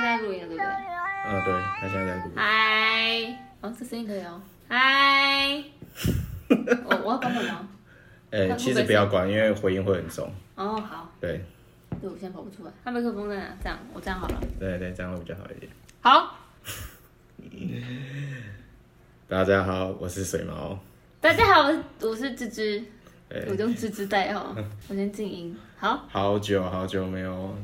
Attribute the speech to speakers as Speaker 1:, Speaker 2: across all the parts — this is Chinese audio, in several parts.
Speaker 1: 在录音了，对不对？
Speaker 2: 嗯，对，他现在在
Speaker 1: 啊
Speaker 2: 录。
Speaker 1: 嗨，哦，这声音可以哦。 嗨，我我要关门吗？
Speaker 2: 哎、
Speaker 1: 看会
Speaker 2: 其
Speaker 1: 不
Speaker 2: 实
Speaker 1: 会
Speaker 2: 不要管，因为回音会很重。
Speaker 1: 哦，好，
Speaker 2: 对，
Speaker 1: 对，我现在跑不出来。他麦克风在哪？这样，我这样好了。
Speaker 2: 对对，这样会比较好一点。
Speaker 1: 好，
Speaker 2: 大家好，我是水毛。
Speaker 1: 大家好，我是我是芝芝，
Speaker 2: 哎嗯
Speaker 1: 我用芝芝代号，我先静音。好，
Speaker 2: 好久好久没有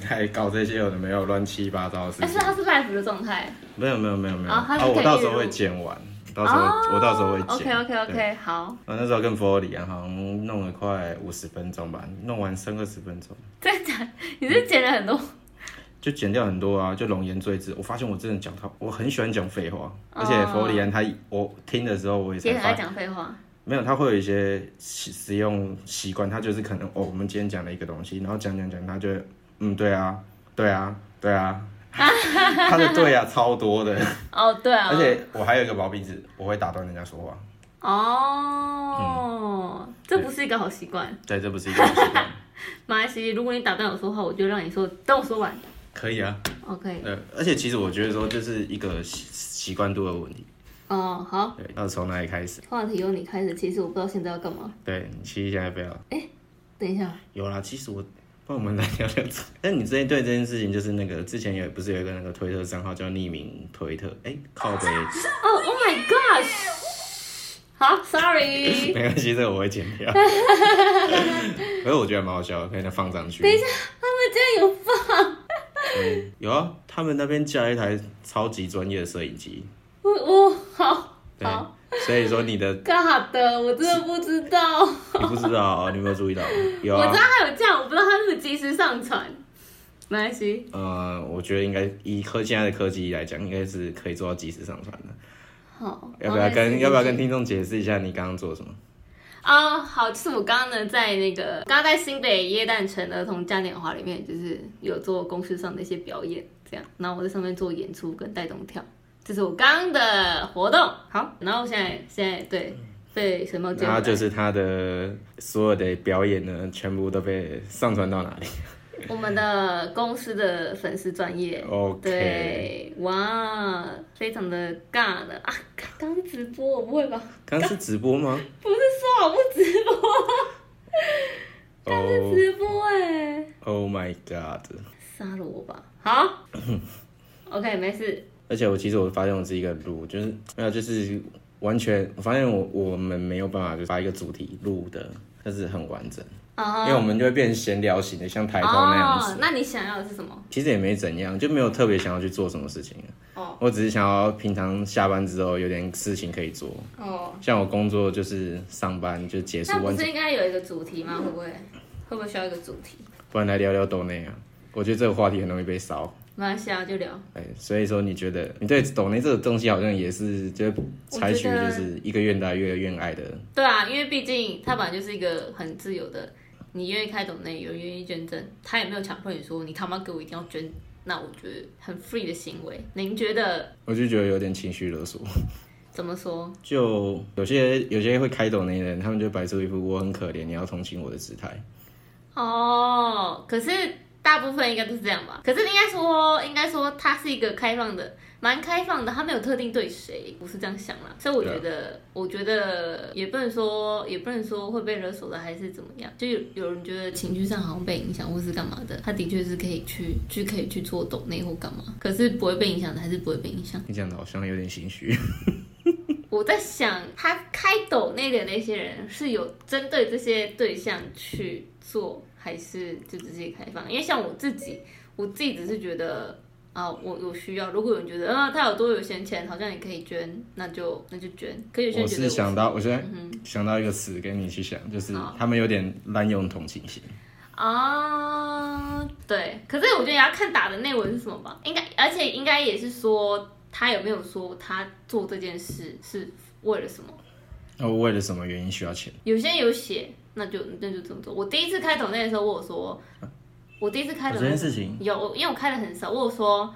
Speaker 2: 来搞这些有的没有乱七八糟的事
Speaker 1: 但哎是
Speaker 2: 情。
Speaker 1: 它是 live 的状态。
Speaker 2: 没有没有没有没有，啊
Speaker 1: 哦它是可以
Speaker 2: 我到
Speaker 1: 预
Speaker 2: 时候
Speaker 1: 录哦
Speaker 2: 会剪完，到时候、我到时候会
Speaker 1: OK
Speaker 2: 剪。
Speaker 1: OK
Speaker 2: 对
Speaker 1: OK，好，
Speaker 2: 我那时候跟佛罗里安好像弄了快五十分钟吧，弄完剩二十分钟，
Speaker 1: 再讲，你是剪了很多，
Speaker 2: 就剪掉很多啊，就龙颜坠字。我发现我真的讲他，我很喜欢讲废话，而且
Speaker 1: 哦
Speaker 2: 佛罗里安他我听的时候我也
Speaker 1: 也
Speaker 2: 才
Speaker 1: 很
Speaker 2: 发
Speaker 1: 爱讲废话。
Speaker 2: 没有，他会有一些习使用习惯，他就是可能哦，我们今天讲了一个东西，然后讲讲讲，他就会嗯，对啊，对啊，对啊，他的 对啊超多的，
Speaker 1: 哦，对啊，
Speaker 2: 而且我还有一个毛病是，我会打断人家说话。
Speaker 1: 哦，
Speaker 2: 嗯
Speaker 1: 这不是一个好习惯。
Speaker 2: 对，这不是一个好习惯，
Speaker 1: 马来西亚，如果你打断我说话，我就让你说，等我说完。
Speaker 2: 可以啊。
Speaker 1: OK，
Speaker 2: 对，而且其实我觉得说，就是一个习习惯度的问题。
Speaker 1: 哦，好，
Speaker 2: 对，要从哪里开始？
Speaker 1: 话题由你开始。其实我不知道现在要干嘛。
Speaker 2: 对，其实现在不要。
Speaker 1: 等一下，
Speaker 2: 有啦，其实我。那我们来聊 聊这。那哎你之前对这件事情，就是那个之前有不是有一个那个推特账号叫匿名推特？哎、靠北，
Speaker 1: 哦，Oh my gosh，好，Sorry，
Speaker 2: 没关系，这个我会剪掉。可是我觉得蛮好笑的，可以再放上去。
Speaker 1: 他们竟然有放，
Speaker 2: 有啊，他们那边架一台超级专业的摄影机，
Speaker 1: 我我好
Speaker 2: 对
Speaker 1: 好，
Speaker 2: 所以说你的
Speaker 1: 尬的，我真的不知道，我
Speaker 2: 你不知道、哦你有没 有注意到？有
Speaker 1: 知道
Speaker 2: 啊，
Speaker 1: 他有这样，我不知道他是不是及时上传。马来西亚，
Speaker 2: 呃，我觉得应该以科现在的科技来讲，应该是可以做到及时上传的。
Speaker 1: 好，
Speaker 2: 要不要跟
Speaker 1: 好
Speaker 2: 要不要跟听众解释一下你刚刚做什么？
Speaker 1: 啊、好，就是我刚刚呢，在那个刚刚在新北耶诞城儿童嘉年华里面，就是有做公司上的一些表演，这样，然后我在上面做演出跟带动跳，这是我刚刚的活动。好，然后现在现在对被水猫接回来
Speaker 2: 然后啊就是他的所有的表演呢，全部都被上传到哪里
Speaker 1: 我们的公司的粉丝专业。
Speaker 2: ？OK，
Speaker 1: 对，哇，非常的尬的啊！刚刚直播我不会吧？
Speaker 2: 刚刚是直播吗？
Speaker 1: 不是说好不直播，
Speaker 2: 哦
Speaker 1: 直播哎、
Speaker 2: Oh my god！
Speaker 1: 杀了我吧！ 好，OK，没事。
Speaker 2: 而且我其实我发现我自己一个人录，就是没有，就是完全我发现我我们没有办法就是把一个主题录的，就是很完整，
Speaker 1: 啊、
Speaker 2: 因为我们就会变闲聊型的，像抬头那样子。
Speaker 1: 哦。那你想要的是什么？
Speaker 2: 其实也没怎样，就没有特别想要去做什么事情。
Speaker 1: 哦，
Speaker 2: 我只是想要平常下班之后有点事情可以做，
Speaker 1: 哦，
Speaker 2: 像我工作就是上班就结束
Speaker 1: 那，
Speaker 2: 完嗯
Speaker 1: 不是应该有一个主题吗？会不会会不会需要一个主题？
Speaker 2: 不然来聊聊抖内啊。我觉得这个话题很容易被烧，
Speaker 1: 没关系啊，就聊。
Speaker 2: 哎，所以说你觉得你对抖内这个东西好像也是就采取
Speaker 1: 我觉
Speaker 2: 就
Speaker 1: 得
Speaker 2: 是一个愿打一个愿挨的
Speaker 1: 对啊，因为毕竟它本来就是一个很自由的，你愿意开懂内，有人愿意捐赠，他也没有强迫你说你他妈给我一定要捐，那我觉得很 free 的行为。您觉得
Speaker 2: 我就觉得有点情绪勒索，
Speaker 1: 怎么说？
Speaker 2: 就有些有些会开抖那些人，他们就摆出一副我很可怜，你要同情我的姿态。
Speaker 1: 哦，可是大部分应该都是这样吧？可是应该说，应该说它是一个开放的，蛮开放的，它没有特定对谁，我是这样想啦。所以我觉得，我觉得也不能说，也不能说会被勒索的还是怎么样。就有有人觉得情绪上好像被影响或是干嘛的，他的确是可以去去可以去做抖内或干嘛，可是不会被影响的还是不会被影响。
Speaker 2: 你讲的好像有点心虚，
Speaker 1: 我在想，他开抖内的那些人是有针对这些对象去做，还是就直接开放？因为像我自己，我自己只是觉得啊，我我需要。如果有人觉得啊，他有多有闲钱，好像也可以捐，那就那就捐。可有些
Speaker 2: 我
Speaker 1: 人觉得我
Speaker 2: 是
Speaker 1: 嗯
Speaker 2: 想到我现在想到一个词跟你去想，就是
Speaker 1: 好
Speaker 2: 他们有点滥用同情心。
Speaker 1: 啊，对，可是我觉得也要看打的内文是什么吧，应该，而且应该也是说他有没有说他做这件事是为了什么。
Speaker 2: 那我为了什么原因需要钱？
Speaker 1: 有些人有写，那就那就这么做。我第一次开抖那的时候，我有说，我第一次开抖
Speaker 2: 这件事情
Speaker 1: 有，我因为我开的很少，我有说，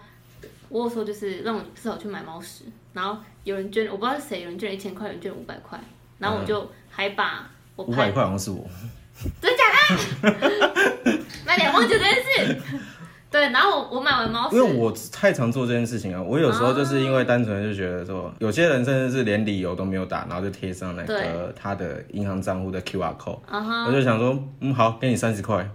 Speaker 1: 我有说就是让我至少去买猫屎，然后有人捐，我不知道是谁，有人捐了一千块，有人捐了五百块，然后我就还把我
Speaker 2: 五
Speaker 1: 拍
Speaker 2: 百，块好像是我，
Speaker 1: 真假的？那你忘记这件事？对，然后我我买完猫
Speaker 2: 因为
Speaker 1: 屎，
Speaker 2: 我太常做这件事情啊了。我有时候就是因为单纯就觉得说，有些人甚至是连理由都没有打，然后就贴上那个他的银行账户的 QR code，、
Speaker 1: 啊哈，
Speaker 2: 我就想说，嗯，好，给你三十块。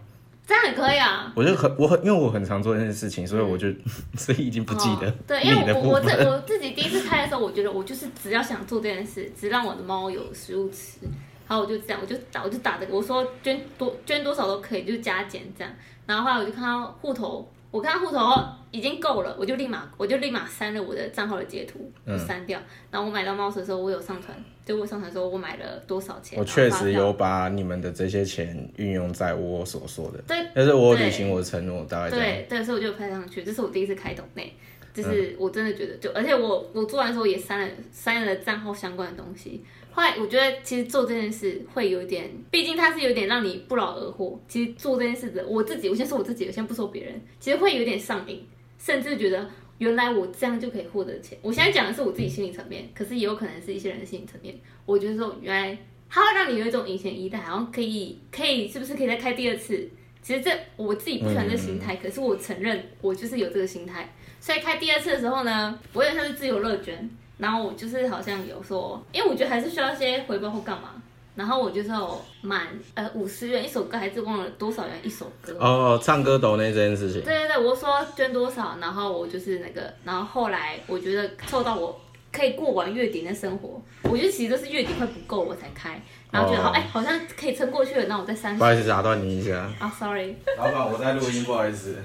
Speaker 1: 这样也可以啊。
Speaker 2: 我就很我很因为我很常做这件事情，所以我就、 所以已经不记得、
Speaker 1: 嗯哦对，因
Speaker 2: 你
Speaker 1: 为
Speaker 2: 的
Speaker 1: 我
Speaker 2: 部
Speaker 1: 我
Speaker 2: 分。
Speaker 1: 自我自己第一次开的时候，我觉得我就是只要想做这件事，只让我的猫有食物吃，然后我就这样，我就打我就打这个，我说捐多捐多少都可以，就加减这样。然后后来我就看到户头，我看到户头已经够了，我就立马我就立马删了我的账号的截图，就
Speaker 2: 嗯
Speaker 1: 删掉。然后我买到猫屎的时候，我有上传，就我上传说我买了多少钱，
Speaker 2: 我
Speaker 1: 然后
Speaker 2: 确
Speaker 1: 发
Speaker 2: 实
Speaker 1: 票
Speaker 2: 有把你们的这些钱运用在我所说的，
Speaker 1: 对
Speaker 2: 但是我
Speaker 1: 对
Speaker 2: 履行我的承诺，大概这样。嗯
Speaker 1: 对对，所以我就拍上去，这是我第一次开抖内，就是我真的觉得就，而且我我做完的时候也删了删了账号相关的东西。后来我觉得其实做这件事会有一点，毕竟它是有点让你不劳而获。其实做这件事的我自己，我先说我自己，我先不说别人，其实会有点上瘾，甚至觉得。原来我这样就可以获得钱。我现在讲的是我自己心理层面，可是也有可能是一些人的心理层面。我觉得说，原来它会让你有一种以前一代，好像可以可以，是不是可以再开第二次？其实这我自己不喜欢这心态，可是我承认我就是有这个心态。所以开第二次的时候呢，我有点像是自由乐捐，然后我就是好像有说，因为我觉得还是需要一些回报或干嘛。然后我就是有满呃五十元一首歌，还是忘了多少元一首歌。
Speaker 2: 哦，唱歌抖那这件事情，
Speaker 1: 对对对，我说捐多少，然后我就是那个，然后后来我觉得凑到我可以过完月底的生活，我觉得其实都是月底快不够我才开，然后觉得好
Speaker 2: 哦
Speaker 1: 哎、好像可以撑过去了，那我再三十
Speaker 2: 不好意思打断你一下，
Speaker 1: 啊，sorry。
Speaker 2: 老板我在录音，不好意思。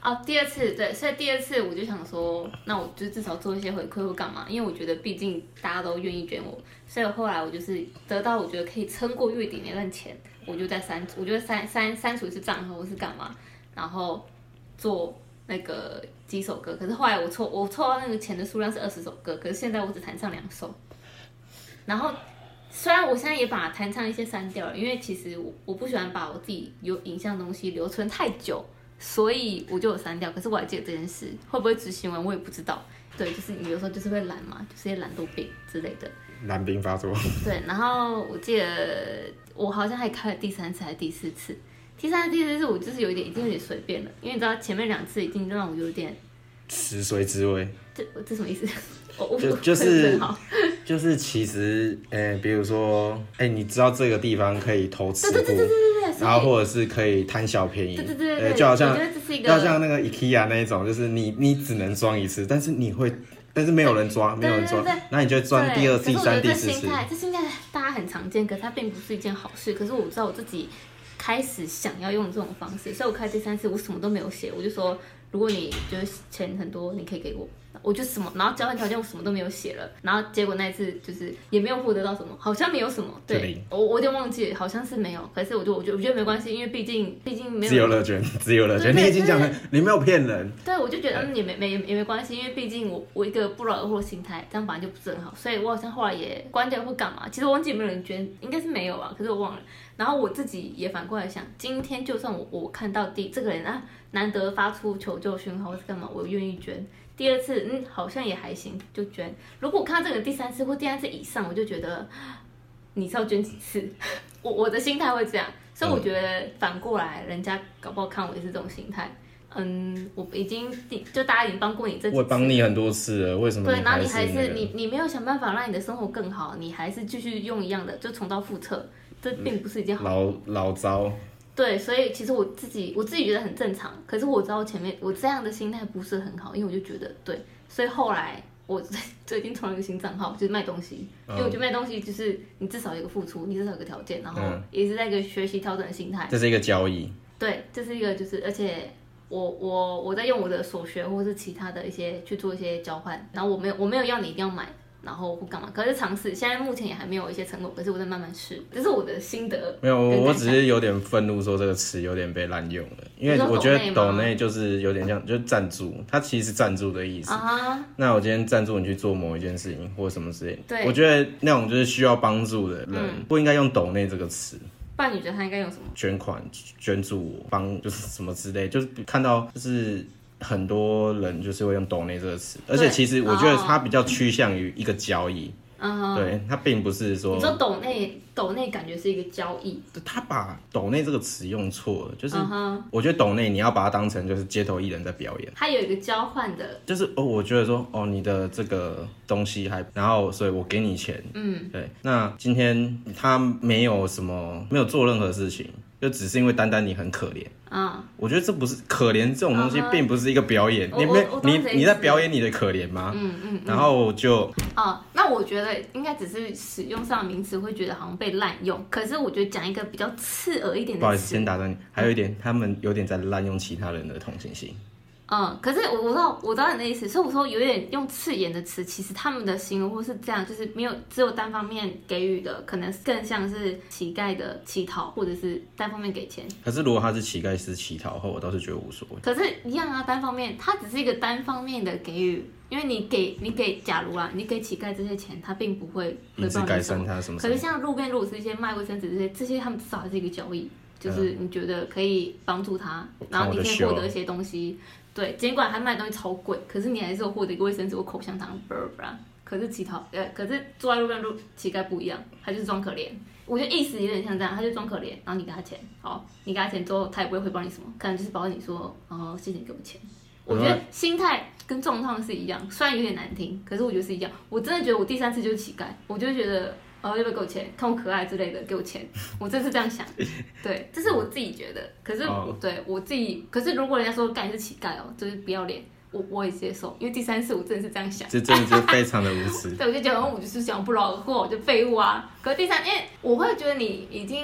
Speaker 1: 哦，第二次对，所以第二次我就想说，那我就至少做一些回馈或干嘛，因为我觉得毕竟大家都愿意捐我，所以后来我就是得到我觉得可以撑过月底那段钱，我就在删，我就删删删除一次账号或是干嘛，然后做那个几首歌，可是后来我凑我凑到那个钱的数量是二十首歌，可是现在我只弹唱两首，然后虽然我现在也把弹唱一些删掉了，因为其实我我不喜欢把我自己有影像的东西留存太久，所以我就有删掉。可是我还记得这件事，会不会执行完我也不知道。对，就是你有时候就是会懒嘛，就是一些懒惰病之类的。
Speaker 2: 蓝冰发作，
Speaker 1: 对，然后我记得我好像还开了第三次还是第四次，第三次、第四次我就是有一点已经有点随便了，因为你知道前面两次已经让我有点
Speaker 2: 食髓 知味。
Speaker 1: 这这什么意思？我我
Speaker 2: 就
Speaker 1: 我
Speaker 2: 就是
Speaker 1: 我也不很好
Speaker 2: 就是其实，诶、比如说，诶、你知道这个地方可以偷吃
Speaker 1: 对对对对
Speaker 2: 货，
Speaker 1: 对对，所以
Speaker 2: 然后或者是可以贪小便宜，
Speaker 1: 对对对对
Speaker 2: 诶
Speaker 1: 对，
Speaker 2: 就好像
Speaker 1: 我觉得这是一个
Speaker 2: 要像那个 IKEA 那一种，就是你你只能装一次，但是你会，但是没有人抓，没
Speaker 1: 对
Speaker 2: 有人抓
Speaker 1: 对对对，
Speaker 2: 那你就会装第
Speaker 1: 对
Speaker 2: 二、第
Speaker 1: 可是我觉
Speaker 2: 三、
Speaker 1: 得
Speaker 2: 第
Speaker 1: 这
Speaker 2: 四次
Speaker 1: 心。态，这心态大家很常见，可是它并不是一件好事。可是我知道我自己开始想要用这种方式，所以我开第三次我什么都没有写，我就说如果你觉得钱很多，你可以给我。我就什么，然后交换条件我什么都没有写了，然后结果那一次就是也没有获得到什么，好像没有什么，
Speaker 2: 就
Speaker 1: 对
Speaker 2: 零
Speaker 1: 我我有点忘记了，好像是没有，可是我就我觉得我觉得没关系，因为毕竟毕竟没有
Speaker 2: 自由乐捐，自由乐
Speaker 1: 对
Speaker 2: 捐，
Speaker 1: 对
Speaker 2: 你已经讲了，你没有骗人。
Speaker 1: 对，我就觉得嗯也没没也没关系，因为毕竟我我一个不劳而获的心态，这样本来就不是很好，所以我好像后来也关掉或干嘛，其实我忘记有没有人捐，应该是没有啊，可是我忘了。然后我自己也反过来想，今天就算我我看到第这个人啊难得发出求救讯号或是干嘛，我愿意捐。第二次嗯好像也还行，就捐。如果我看到这个人第三次或第三次以上，我就觉得嗯你是要捐几次？ 我我的心态会这样，所以我觉得反过来，人家搞不好看我也是这种心态。嗯，我已经就大家已经帮过你这几
Speaker 2: 我
Speaker 1: 次，
Speaker 2: 帮你很多次了，为什么
Speaker 1: 对，然后你
Speaker 2: 还
Speaker 1: 还
Speaker 2: 是那
Speaker 1: 是
Speaker 2: 个
Speaker 1: 你你没有想办法让你的生活更好，你还是继续用一样的，就重蹈覆辙，这并不是一件好。
Speaker 2: 老老招？
Speaker 1: 对，所以其实我自己我自己觉得很正常，可是我知道前面我这样的心态不是很好，因为我就觉得对，所以后来我 最近创了一个新账号，就是卖东西，因为我觉得卖东西就是你至少有一个付出，你至少有一个条件，然后
Speaker 2: 嗯
Speaker 1: 也是在一个学习调整的心态。
Speaker 2: 这是一个交易，
Speaker 1: 对，这是一个就是，而且我我我在用我的所学或是其他的一些去做一些交换，然后我没有我没有要你一定要买，然后或干嘛，可是尝试，现在目前也还没有一些成果，可是我在慢慢试，这是我的心得。
Speaker 2: 没有，
Speaker 1: 跟
Speaker 2: 我
Speaker 1: 大
Speaker 2: 我
Speaker 1: 家
Speaker 2: 只是有点愤怒，说这个词有点被滥用了，因
Speaker 1: 你
Speaker 2: 为
Speaker 1: 说
Speaker 2: 我
Speaker 1: 抖
Speaker 2: 觉
Speaker 1: 内
Speaker 2: 得
Speaker 1: 吗
Speaker 2: 抖内就是有点像，就是赞助，它其实是赞助的意思。
Speaker 1: 啊哈，
Speaker 2: 那我今天赞助你去做某一件事情或什么之类的，
Speaker 1: 对嗯
Speaker 2: 我觉得那种就是需要帮助的人，不应该用抖内这个词，
Speaker 1: 不然你觉得他应该用什么？
Speaker 2: 捐款、捐助我、帮就是什么之类，就是看到就是。很多人就是会用“抖内”这个词，而且
Speaker 1: 对
Speaker 2: 其实我觉得
Speaker 1: 哦
Speaker 2: 它比较趋向于一个交易，
Speaker 1: 嗯哼，
Speaker 2: 对，它并不是说
Speaker 1: 你说抖内抖内感觉是一个交易，
Speaker 2: 他把“抖内”这个词用错了，就是
Speaker 1: 嗯哼，
Speaker 2: 我觉得“抖内”你要把它当成就是街头艺人在表演，
Speaker 1: 它有一个交换的，
Speaker 2: 就是哦，我觉得说哦，你的这个东西还，然后所以我给你钱，
Speaker 1: 嗯，
Speaker 2: 对，那今天他没有什么，没有做任何事情，就只是因为单单你很可怜。
Speaker 1: 嗯，
Speaker 2: 我觉得这不是可怜这种东西
Speaker 1: 嗯，哼
Speaker 2: 并不是一个表演。
Speaker 1: 我
Speaker 2: 你
Speaker 1: 我
Speaker 2: 没
Speaker 1: 我懂你的意
Speaker 2: 你
Speaker 1: 思
Speaker 2: 你在表演你的可怜吗？嗯嗯。然后就
Speaker 1: 哦，那我觉得应该只是使用上的名词会觉得好像被滥用，可是我觉得讲一个比较刺耳一点
Speaker 2: 不好意
Speaker 1: 的
Speaker 2: 思，
Speaker 1: 词
Speaker 2: 先，打断你。还有一点，他们有点在滥用其他人的同情心。
Speaker 1: 嗯，可是我我知道我知道你的意思，所以我说有点用刺眼的词，其实他们的行为或是这样，就是没有只有单方面给予的，可能更像是乞丐的乞讨，或者是单方面给钱。
Speaker 2: 可是如果他是乞丐是乞讨的话，我倒是觉得无所谓。
Speaker 1: 可是，一样啊，单方面，它只是一个单方面的给予，因为你给你给，假如啊，你给乞丐这些钱，他并不会回
Speaker 2: 因此
Speaker 1: 报
Speaker 2: 改
Speaker 1: 你什
Speaker 2: 善
Speaker 1: 么。
Speaker 2: 他什么什
Speaker 1: 可
Speaker 2: 么
Speaker 1: 是，像路边如果是一些卖卫生纸这些，这些他们至少还是一个交易，就是你觉得可以帮助他，
Speaker 2: 我嗯看
Speaker 1: 然后你
Speaker 2: 我的
Speaker 1: 可以
Speaker 2: 秀
Speaker 1: 获得一些东西。对，尽管他卖的东西超贵，可是你还是有获得一个卫生纸或口香糖，不不可是乞讨，呃，可是坐在路边路乞丐不一样，他就是装可怜。我觉得意思有点像这样，他就装可怜，然后你给他钱，好，你给他钱之后，他也不会回报你什么，可能就是保你说，哦，谢谢你给我钱。我觉得心态跟状况是一样，虽然有点难听，可是我觉得是一样。我真的觉得我第三次就是乞丐，我就觉得，哦，要不要给我钱？看我可爱之类的，给我 钱。我真是这样想，对，这是我自己觉得。可是
Speaker 2: 哦
Speaker 1: 我对我自己，可是如果人家说干你是乞丐哦，就是不要脸，我我也接受，因为第三次我真的是这样想。
Speaker 2: 这真的是非常的无耻。
Speaker 1: 对，我就觉得嗯我就是想不劳而获，我就废物啊。可是第三，因为我会觉得你已经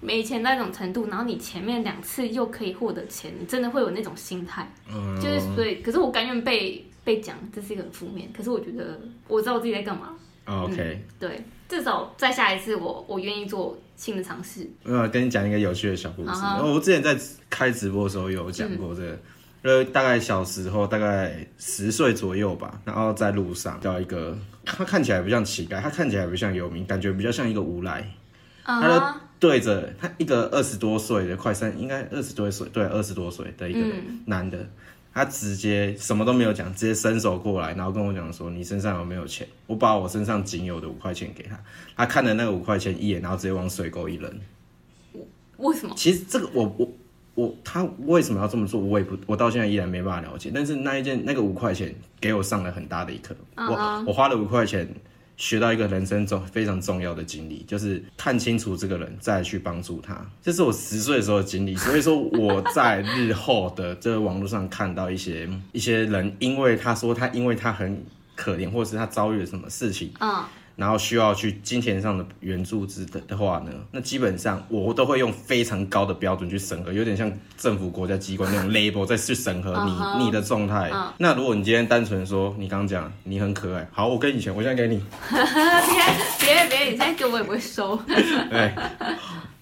Speaker 1: 没钱到那种程度，然后你前面两次又可以获得钱，你真的会有那种心态，
Speaker 2: 嗯，
Speaker 1: 就是所以，可是我甘愿被被讲，这是一个很负面。可是我觉得我知道我自己在干嘛，
Speaker 2: 哦 OK，
Speaker 1: 对，至少再下一次我我愿意做新的尝试。
Speaker 2: 呃，跟你讲一个有趣的小故事。
Speaker 1: 啊哈嗯
Speaker 2: 然后我之前在开直播的时候有讲过这个，呃，大概小时候大概十岁左右吧，然后在路上遇到一个，他看起来不像乞丐，他看起来不像游民，感觉比较像一个无赖。
Speaker 1: 啊
Speaker 2: 他就对着他一个二十多岁的，快三，应该二十多岁，对，二十多岁的一个男的，他直接什么都没有讲，直接伸手过来，然后跟我讲说：“你身上有没有钱？”我把我身上仅有的五块钱给他，他看了那个五块钱一眼，然后直接往水沟一扔。
Speaker 1: 为什么？
Speaker 2: 其实这个我我我他为什么要这么做，我也不我到现在依然没办法了解。但是那一件那个五块钱给我上了很大的一课，
Speaker 1: 嗯哼
Speaker 2: 我我花了五块钱学到一个人生中非常重要的经历，就是看清楚这个人，再去帮助他。这是我十岁的时候的经历，所以说我在日后的这个网络上看到一些一些人，因为他说他因为他很可怜，或者是他遭遇了什么事情。
Speaker 1: 嗯，
Speaker 2: 然后需要去金钱上的援助之的的话呢，那基本上我都会用非常高的标准去审核，有点像政府国家机关那种 label 再去审核你、
Speaker 1: 嗯哼
Speaker 2: 你的状态。那如果你今天单纯说你刚刚讲你很可爱，好，我给你钱，我现在给你，
Speaker 1: 别别别，你现在给我也不会收。
Speaker 2: 哎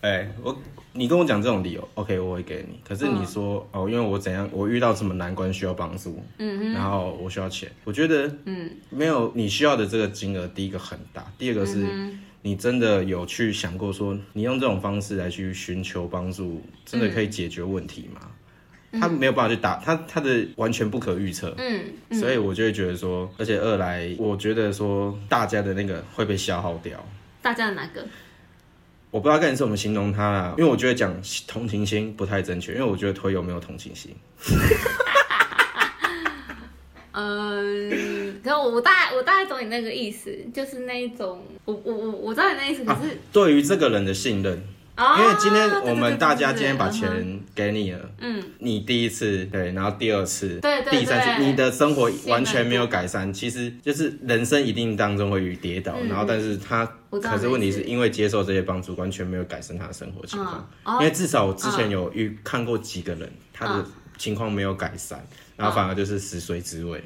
Speaker 2: 哎，我你跟我讲这种理由，OK，我会给你。可是
Speaker 1: 嗯
Speaker 2: 你说、哦，因为我怎样，我遇到什么难关需要帮助，
Speaker 1: 嗯
Speaker 2: 然后我需要钱，我觉得
Speaker 1: 嗯
Speaker 2: 没有你需要的这个金额，第一个很大，第二个是。
Speaker 1: 嗯
Speaker 2: 你真的有去想过说，你用这种方式来去寻求帮助，真的可
Speaker 1: 嗯
Speaker 2: 以解决问题吗？他没有办法去打他，他的完全不可预测，
Speaker 1: 嗯嗯，
Speaker 2: 所以我就会觉得说，而且二来，我觉得说大家的那个会被消耗掉。
Speaker 1: 大家的哪个？
Speaker 2: 我不知道该怎么形容他啦，因为我觉得讲同情心不太正确，因为我觉得推友没有同情心。
Speaker 1: 嗯，可我我大概我大概懂你那个意思，就是那一种，我我我我知道你那意思，可
Speaker 2: 啊
Speaker 1: 是，
Speaker 2: 对于这个人的信任，
Speaker 1: 啊，
Speaker 2: 因为今天
Speaker 1: 对对
Speaker 2: 我们
Speaker 1: 对
Speaker 2: 大
Speaker 1: 对
Speaker 2: 家
Speaker 1: 对
Speaker 2: 今天把
Speaker 1: 嗯哼
Speaker 2: 钱给你了，
Speaker 1: 嗯，
Speaker 2: 你第一次对，然后第二次，
Speaker 1: 对对
Speaker 2: 第三次，
Speaker 1: 对
Speaker 2: 你的生活
Speaker 1: 信任
Speaker 2: 完全没有改善，其实就是人生一定当中会遇跌倒，
Speaker 1: 嗯
Speaker 2: 然后但是他，
Speaker 1: 我知道
Speaker 2: 可是问题
Speaker 1: 那一次
Speaker 2: 是因为接受这些帮助，完全没有改善他的生活情况，
Speaker 1: 嗯哦
Speaker 2: 因为至少我之前有遇看过几个人，他的
Speaker 1: 嗯
Speaker 2: 情况没有改善，然后反而就是食髓知味，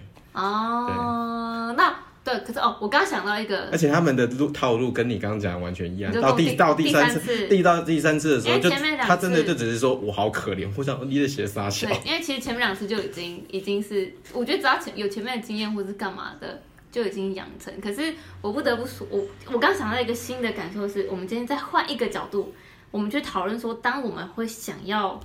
Speaker 1: 哦，那对，可是哦，我刚想到一个
Speaker 2: 而，且他们的路套路跟你刚刚讲的完全一样
Speaker 1: 你，就
Speaker 2: 哎到
Speaker 1: 从
Speaker 2: 第
Speaker 1: 第
Speaker 2: 到第三
Speaker 1: 第三次
Speaker 2: 第到第三次的时候，
Speaker 1: 因为
Speaker 2: 就
Speaker 1: 前面两次
Speaker 2: 他真的就只是说我好可怜，我想你的鞋撒小，
Speaker 1: 对，因为其实前面两次就已经已经是，我觉得只要前有前面的经验或是干嘛的，就已经养成。可是我不得不说，我我刚想到一个新的感受是，我们今天再换一个角度，我们去讨论说，当我们会想要